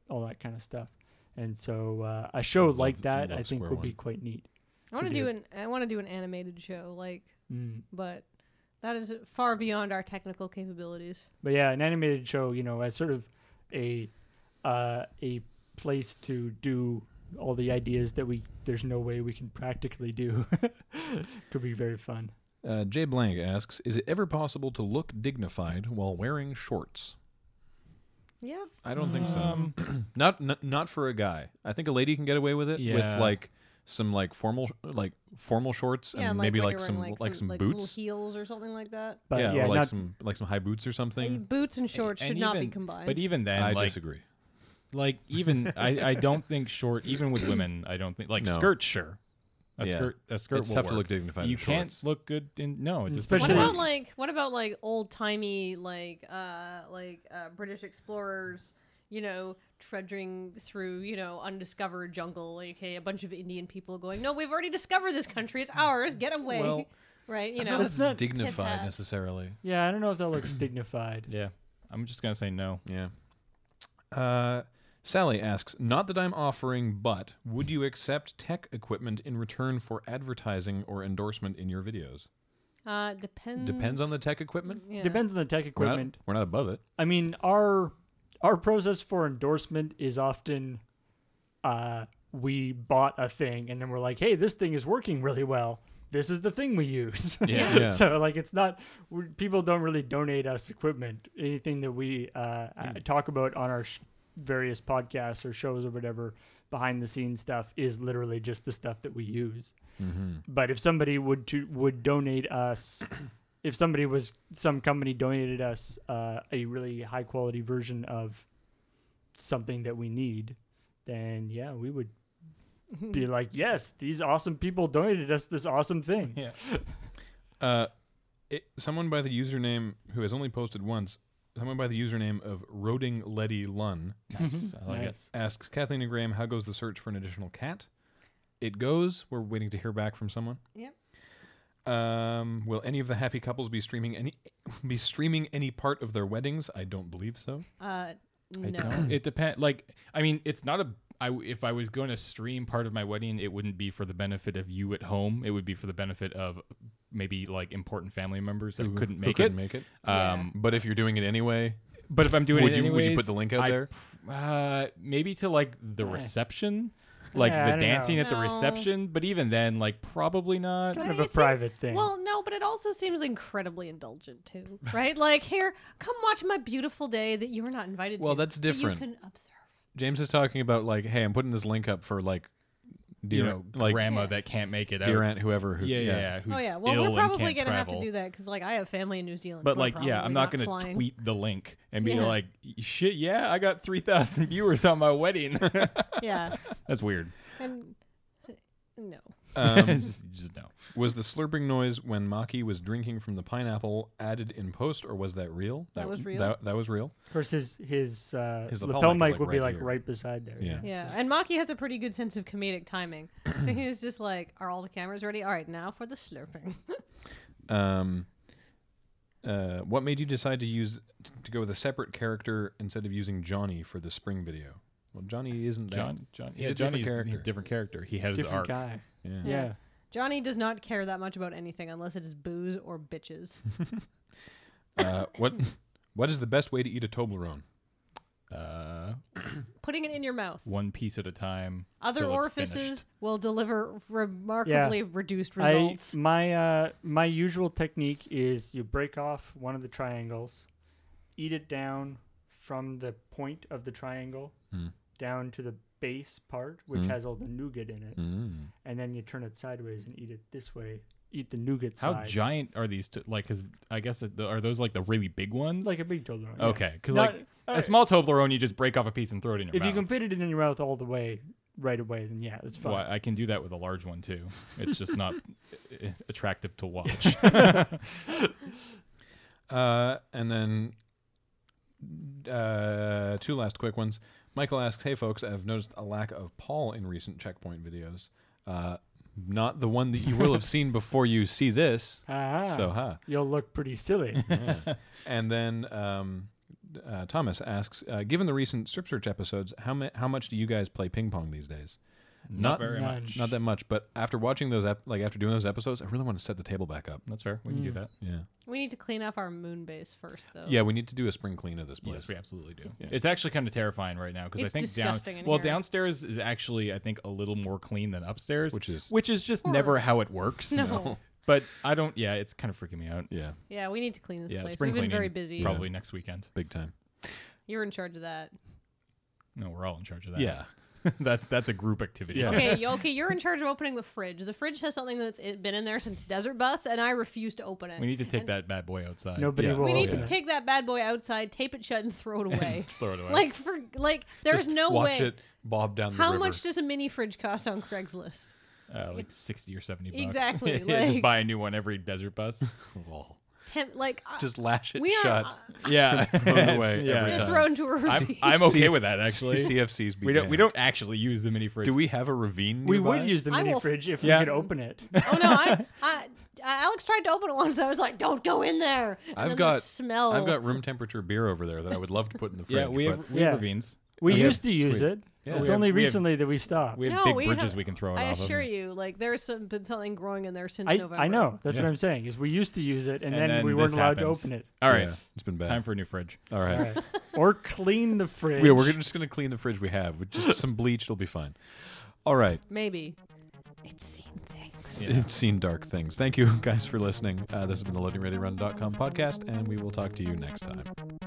[SPEAKER 3] all that kind of stuff. And so uh, a show
[SPEAKER 1] Love-
[SPEAKER 3] like that
[SPEAKER 1] love
[SPEAKER 3] I think
[SPEAKER 1] Square
[SPEAKER 3] would be
[SPEAKER 1] One.
[SPEAKER 3] quite neat.
[SPEAKER 2] I want
[SPEAKER 3] to
[SPEAKER 2] to do
[SPEAKER 3] do.
[SPEAKER 2] an I want to do an animated show, like,
[SPEAKER 3] Mm.
[SPEAKER 2] but that is far beyond our technical capabilities.
[SPEAKER 3] But yeah, an animated show, you know, as sort of a uh, a place to do all the ideas that we there's no way we can practically do. Could be very fun.
[SPEAKER 1] Uh, Jay Blank asks Is it ever possible to look dignified while wearing shorts?
[SPEAKER 2] Yeah,
[SPEAKER 1] I don't think so.
[SPEAKER 4] Um,
[SPEAKER 1] Not, n- not for a guy. I think a lady can get away with it
[SPEAKER 4] Yeah.
[SPEAKER 1] with like some like formal like formal shorts and
[SPEAKER 2] yeah,
[SPEAKER 1] maybe
[SPEAKER 2] when
[SPEAKER 1] like
[SPEAKER 2] you're
[SPEAKER 1] some,
[SPEAKER 2] wearing,
[SPEAKER 1] like, some
[SPEAKER 2] little
[SPEAKER 1] boots.
[SPEAKER 2] heels or something like that.
[SPEAKER 3] But
[SPEAKER 1] yeah,
[SPEAKER 3] yeah,
[SPEAKER 1] or like
[SPEAKER 3] not,
[SPEAKER 1] some like some high boots or
[SPEAKER 2] Uh,
[SPEAKER 1] something.
[SPEAKER 2] Boots and shorts
[SPEAKER 4] and
[SPEAKER 2] should not be
[SPEAKER 4] even-
[SPEAKER 2] combined.
[SPEAKER 4] But even then,
[SPEAKER 1] I
[SPEAKER 4] like,
[SPEAKER 1] disagree.
[SPEAKER 4] like even I, I don't think short even with women I don't think like
[SPEAKER 1] No.
[SPEAKER 4] skirt sure a
[SPEAKER 1] Yeah.
[SPEAKER 4] skirt a skirt
[SPEAKER 1] it's
[SPEAKER 4] will
[SPEAKER 1] tough
[SPEAKER 4] work.
[SPEAKER 1] to look dignified. in
[SPEAKER 4] you can't
[SPEAKER 1] shorts.
[SPEAKER 4] look good in no it just
[SPEAKER 2] what
[SPEAKER 3] Especially-
[SPEAKER 2] about like what about like old timey like uh like uh, British explorers, you know, trudging through you know undiscovered jungle, like hey, a bunch of Indian people going, no, we've already discovered this country, it's ours, get away,
[SPEAKER 1] Well,
[SPEAKER 2] right? You
[SPEAKER 1] I don't
[SPEAKER 2] know,
[SPEAKER 1] know if that's
[SPEAKER 3] not-
[SPEAKER 1] dignified
[SPEAKER 2] Yeah.
[SPEAKER 1] necessarily.
[SPEAKER 3] yeah, I don't know if that looks dignified.
[SPEAKER 4] yeah I'm just gonna say no
[SPEAKER 1] Yeah. Uh, Sally asks, "Not that I'm offering, but would you accept tech equipment in return for advertising or endorsement in your videos?"
[SPEAKER 2] Uh, depends.
[SPEAKER 1] Depends on the tech equipment.
[SPEAKER 2] Yeah.
[SPEAKER 3] Depends on the tech
[SPEAKER 1] We're not-
[SPEAKER 3] Mm. equipment.
[SPEAKER 1] We're not, above it.
[SPEAKER 3] I mean, our our process for endorsement is often uh, we bought a thing and then we're like, hey, this thing is working really well. This is the thing we use.
[SPEAKER 4] Yeah.
[SPEAKER 1] Yeah.
[SPEAKER 3] so like, it's not we people don't really donate us equipment. Anything that we uh, uh
[SPEAKER 4] Mm.
[SPEAKER 3] talk about on our sh- various podcasts or shows or whatever behind the scenes stuff is literally just the stuff that we use.
[SPEAKER 4] Mm-hmm.
[SPEAKER 3] But if somebody would to, would donate us, if somebody was some company donated us uh, a really high quality version of something that we need, then yeah, we would
[SPEAKER 1] Mm-hmm.
[SPEAKER 3] be like, yes, these awesome people donated us this awesome thing.
[SPEAKER 4] Yeah.
[SPEAKER 1] Uh, it, someone by the username who has only posted once, someone by the username of Roding Letty Lunn
[SPEAKER 4] Nice. I like it.
[SPEAKER 3] Nice.
[SPEAKER 1] asks Kathleen and Graham, "How goes the search for an additional cat?" It goes. We're waiting to hear back from someone.
[SPEAKER 2] Yep.
[SPEAKER 1] Um, will any of the happy couples be streaming any be streaming any part of their weddings? I don't believe so.
[SPEAKER 2] Uh,
[SPEAKER 5] I
[SPEAKER 2] no.
[SPEAKER 5] don't.
[SPEAKER 4] It depends. Like, I mean, it's not a. I, if I was going to stream part of my wedding, it wouldn't be for the benefit of you at home. It would be for the benefit of maybe like important family members that
[SPEAKER 1] Who-
[SPEAKER 4] couldn't
[SPEAKER 1] who
[SPEAKER 4] make
[SPEAKER 1] couldn't
[SPEAKER 4] it.
[SPEAKER 1] Make it.
[SPEAKER 4] Um,
[SPEAKER 1] But if you're doing it anyway,
[SPEAKER 4] but if I'm doing
[SPEAKER 1] Would
[SPEAKER 4] it,
[SPEAKER 1] you- would you
[SPEAKER 4] anyways,
[SPEAKER 1] put the link out
[SPEAKER 4] I-
[SPEAKER 1] there?
[SPEAKER 4] Uh, maybe to like the
[SPEAKER 3] Eh.
[SPEAKER 4] reception, like
[SPEAKER 3] Yeah, I
[SPEAKER 4] the
[SPEAKER 3] don't know.
[SPEAKER 4] dancing at the
[SPEAKER 2] No.
[SPEAKER 4] reception. But even then, like probably not.
[SPEAKER 3] Kind
[SPEAKER 2] Right,
[SPEAKER 3] of a
[SPEAKER 2] it seem-
[SPEAKER 3] private thing.
[SPEAKER 2] Well, no, but it also seems incredibly indulgent too, right? like here, come watch my beautiful day that you were not invited
[SPEAKER 1] Well,
[SPEAKER 2] to.
[SPEAKER 1] that's
[SPEAKER 2] that
[SPEAKER 1] different.
[SPEAKER 2] you can observe.
[SPEAKER 1] James is talking about like, hey, I'm putting this link up for like,
[SPEAKER 4] you
[SPEAKER 1] dear,
[SPEAKER 4] know,
[SPEAKER 1] like
[SPEAKER 4] grandma
[SPEAKER 2] Yeah.
[SPEAKER 4] that can't make it out.
[SPEAKER 1] dear aunt, whoever. Who,
[SPEAKER 4] yeah, yeah, yeah. Who's
[SPEAKER 2] oh yeah. Well,
[SPEAKER 4] ill
[SPEAKER 2] we're
[SPEAKER 4] and
[SPEAKER 2] probably
[SPEAKER 4] can't
[SPEAKER 2] gonna have to
[SPEAKER 4] travel.
[SPEAKER 2] do that because like I have family in New Zealand.
[SPEAKER 4] But
[SPEAKER 2] We're
[SPEAKER 4] like, yeah,
[SPEAKER 2] probably
[SPEAKER 4] I'm not, gonna
[SPEAKER 2] flying.
[SPEAKER 4] tweet the link and be
[SPEAKER 2] Yeah.
[SPEAKER 4] like, "Shit, yeah, I got three thousand viewers on my wedding."
[SPEAKER 2] Yeah,
[SPEAKER 4] That's weird.
[SPEAKER 2] and no.
[SPEAKER 1] Um,
[SPEAKER 4] just, just no.
[SPEAKER 1] was the slurping noise when Maki was drinking from the pineapple added in post, or was that real?
[SPEAKER 2] That was real.
[SPEAKER 1] That, that was real.
[SPEAKER 3] of course, his his, uh,
[SPEAKER 1] His
[SPEAKER 3] lapel,
[SPEAKER 1] is,
[SPEAKER 3] mic,
[SPEAKER 1] like,
[SPEAKER 3] will be
[SPEAKER 1] right
[SPEAKER 3] like
[SPEAKER 1] here.
[SPEAKER 3] right beside there.
[SPEAKER 1] Yeah.
[SPEAKER 2] Yeah, and Maki has a pretty good sense of comedic timing, so he was just like, "Are all the cameras ready? All right, now for the slurping."
[SPEAKER 1] Um, uh, what made you decide to use to go with a separate character instead of using Johnny for the spring video? Well, Johnny isn't that.
[SPEAKER 4] John, John,
[SPEAKER 1] He's
[SPEAKER 4] yeah,
[SPEAKER 1] a different
[SPEAKER 4] Johnny's
[SPEAKER 1] character.
[SPEAKER 4] a different character. He has uh, the
[SPEAKER 3] Different
[SPEAKER 4] arc.
[SPEAKER 3] guy.
[SPEAKER 1] Yeah.
[SPEAKER 3] Yeah.
[SPEAKER 2] Johnny does not care that much about anything unless it is booze or bitches.
[SPEAKER 1] Uh, what What is the best way to eat a Toblerone?
[SPEAKER 4] Uh,
[SPEAKER 2] Putting it in your mouth.
[SPEAKER 4] one piece at a time.
[SPEAKER 2] Other
[SPEAKER 4] till it's
[SPEAKER 2] orifices
[SPEAKER 4] finished.
[SPEAKER 2] will deliver remarkably reduced
[SPEAKER 3] I,
[SPEAKER 2] results.
[SPEAKER 3] my uh, my usual technique is you break off one of the triangles, eat it down from the point of the triangle
[SPEAKER 1] Hmm.
[SPEAKER 3] down to the base part, which
[SPEAKER 1] Hmm.
[SPEAKER 3] has all the nougat in it,
[SPEAKER 1] Mm.
[SPEAKER 3] and then you turn it sideways and eat it this way. Eat the nougat
[SPEAKER 4] How
[SPEAKER 3] side,
[SPEAKER 4] giant are these? T- like, cause I guess it, are those like the really big ones?
[SPEAKER 3] like a big Toblerone. yeah.
[SPEAKER 4] okay, because
[SPEAKER 3] Not-
[SPEAKER 4] like
[SPEAKER 3] uh,
[SPEAKER 4] a small Toblerone, you just break off a piece and throw it in your
[SPEAKER 3] If
[SPEAKER 4] mouth.
[SPEAKER 3] you can fit it in your mouth all the way right away, then yeah, it's fine.
[SPEAKER 4] Well, I can do that with a large one too. It's just not uh, attractive to watch.
[SPEAKER 1] Uh, and then uh, two last quick ones. Michael asks, "Hey folks, I've noticed a lack of Paul in recent checkpoint videos. Uh, not the one that you will have seen before you see this.
[SPEAKER 3] Ah,
[SPEAKER 1] So, huh."
[SPEAKER 3] you'll look pretty silly.
[SPEAKER 1] And then um, uh, Thomas asks, uh, given the recent strip search episodes, how ma- how much do you guys play ping pong these days? Not-
[SPEAKER 4] very
[SPEAKER 3] None.
[SPEAKER 4] much.
[SPEAKER 1] Not that much, but after watching those, ep- like after doing those episodes, I really want to set the table back up.
[SPEAKER 4] That's fair. We can do
[SPEAKER 3] Mm.
[SPEAKER 4] that.
[SPEAKER 1] Yeah,
[SPEAKER 2] we need to clean up our moon base first, though.
[SPEAKER 1] Oh. yeah. We need to do a spring clean of this place.
[SPEAKER 4] Yes, we absolutely do.
[SPEAKER 1] Yeah.
[SPEAKER 4] It's actually kind of terrifying right now because I
[SPEAKER 2] It's
[SPEAKER 4] think down,
[SPEAKER 2] disgusting in
[SPEAKER 4] well,
[SPEAKER 2] here.
[SPEAKER 4] downstairs is actually I think a little more clean than upstairs,
[SPEAKER 1] Which is-
[SPEAKER 4] which is just
[SPEAKER 2] Horror.
[SPEAKER 4] never how it works.
[SPEAKER 2] No.
[SPEAKER 4] But I don't. Yeah, it's kind of freaking me out.
[SPEAKER 1] Yeah,
[SPEAKER 2] Yeah, we need to clean this
[SPEAKER 4] Yeah,
[SPEAKER 2] place.
[SPEAKER 4] spring
[SPEAKER 2] We've been
[SPEAKER 4] cleaning.
[SPEAKER 2] very busy.
[SPEAKER 4] Probably next weekend.
[SPEAKER 1] big time.
[SPEAKER 2] You're in charge of that.
[SPEAKER 4] No, we're all in charge of that.
[SPEAKER 1] Yeah.
[SPEAKER 4] that that's a group activity.
[SPEAKER 1] Yeah.
[SPEAKER 2] Okay, you- okay, you're in charge of opening the fridge. The fridge has something that's i- been in there since Desert Bus, and I refuse to open it.
[SPEAKER 4] We need to take that bad boy outside.
[SPEAKER 3] Nobody
[SPEAKER 1] Yeah.
[SPEAKER 3] will.
[SPEAKER 2] We need
[SPEAKER 3] open
[SPEAKER 2] to
[SPEAKER 3] it.
[SPEAKER 2] take that bad boy outside, tape it shut, and throw it away.
[SPEAKER 4] Throw it away.
[SPEAKER 2] like for like, there's
[SPEAKER 1] Just
[SPEAKER 2] no
[SPEAKER 1] watch
[SPEAKER 2] way.
[SPEAKER 1] it bob down the
[SPEAKER 2] How
[SPEAKER 1] river.
[SPEAKER 2] much does a mini fridge cost on Craigslist?
[SPEAKER 4] uh, like sixty or seventy bucks.
[SPEAKER 2] Exactly,
[SPEAKER 4] Yeah, just
[SPEAKER 2] like-
[SPEAKER 4] buy a new one every desert bus.
[SPEAKER 1] Oh,
[SPEAKER 2] Temp, like I-
[SPEAKER 1] just lash it
[SPEAKER 2] we
[SPEAKER 1] shut.
[SPEAKER 2] are
[SPEAKER 4] yeah.
[SPEAKER 1] Throw it away
[SPEAKER 4] yeah.
[SPEAKER 1] every
[SPEAKER 2] uh,
[SPEAKER 1] time.
[SPEAKER 2] thrown to a
[SPEAKER 4] I'm,
[SPEAKER 2] receipt.
[SPEAKER 4] I'm okay with that actually.
[SPEAKER 1] CFCs. Be
[SPEAKER 4] we don't we
[SPEAKER 1] damned.
[SPEAKER 4] don't actually use the mini fridge.
[SPEAKER 1] Do we have a ravine?
[SPEAKER 3] We would
[SPEAKER 1] nearby?
[SPEAKER 3] use the
[SPEAKER 2] I
[SPEAKER 3] mini
[SPEAKER 2] will-
[SPEAKER 3] fridge if
[SPEAKER 4] Yeah.
[SPEAKER 3] we could open it.
[SPEAKER 2] oh no, I, I, I- Alex tried to open it once. I was like, "Don't go in there." And
[SPEAKER 1] I've
[SPEAKER 2] then the
[SPEAKER 1] got
[SPEAKER 2] smell.
[SPEAKER 1] I've got room temperature beer over there that I would love to put in the fridge.
[SPEAKER 4] yeah, we
[SPEAKER 1] but
[SPEAKER 4] have we
[SPEAKER 3] Yeah.
[SPEAKER 4] have ravines.
[SPEAKER 3] We
[SPEAKER 1] Okay,
[SPEAKER 3] used to use
[SPEAKER 1] sweet.
[SPEAKER 3] it.
[SPEAKER 1] Yeah,
[SPEAKER 3] it's
[SPEAKER 4] we have-
[SPEAKER 3] only
[SPEAKER 4] we have-
[SPEAKER 3] recently that we stopped.
[SPEAKER 4] We have
[SPEAKER 2] No,
[SPEAKER 4] big
[SPEAKER 2] we
[SPEAKER 4] bridges
[SPEAKER 2] have-
[SPEAKER 4] we can throw it
[SPEAKER 2] I
[SPEAKER 4] off
[SPEAKER 2] assure
[SPEAKER 4] of.
[SPEAKER 2] you, like there's some, been something growing in there since
[SPEAKER 3] I,
[SPEAKER 2] November.
[SPEAKER 3] I know. That's
[SPEAKER 4] Yeah.
[SPEAKER 3] what I'm saying. Is we used to use it, and,
[SPEAKER 4] And
[SPEAKER 3] then,
[SPEAKER 4] then
[SPEAKER 3] we weren't
[SPEAKER 4] this
[SPEAKER 3] allowed to
[SPEAKER 4] happens.
[SPEAKER 3] open it.
[SPEAKER 4] All right,
[SPEAKER 1] Yeah, it's been bad.
[SPEAKER 4] time for a new fridge.
[SPEAKER 1] All right.
[SPEAKER 3] All right. or clean the fridge.
[SPEAKER 1] Yeah, we're gonna- just going to clean the fridge we have with just some bleach. It'll be fine. All right.
[SPEAKER 2] Maybe. It's seen things.
[SPEAKER 1] It's seen dark things. Thank you guys for listening. Uh, this has been the loadingreadyrun.com podcast, and we will talk to you next time.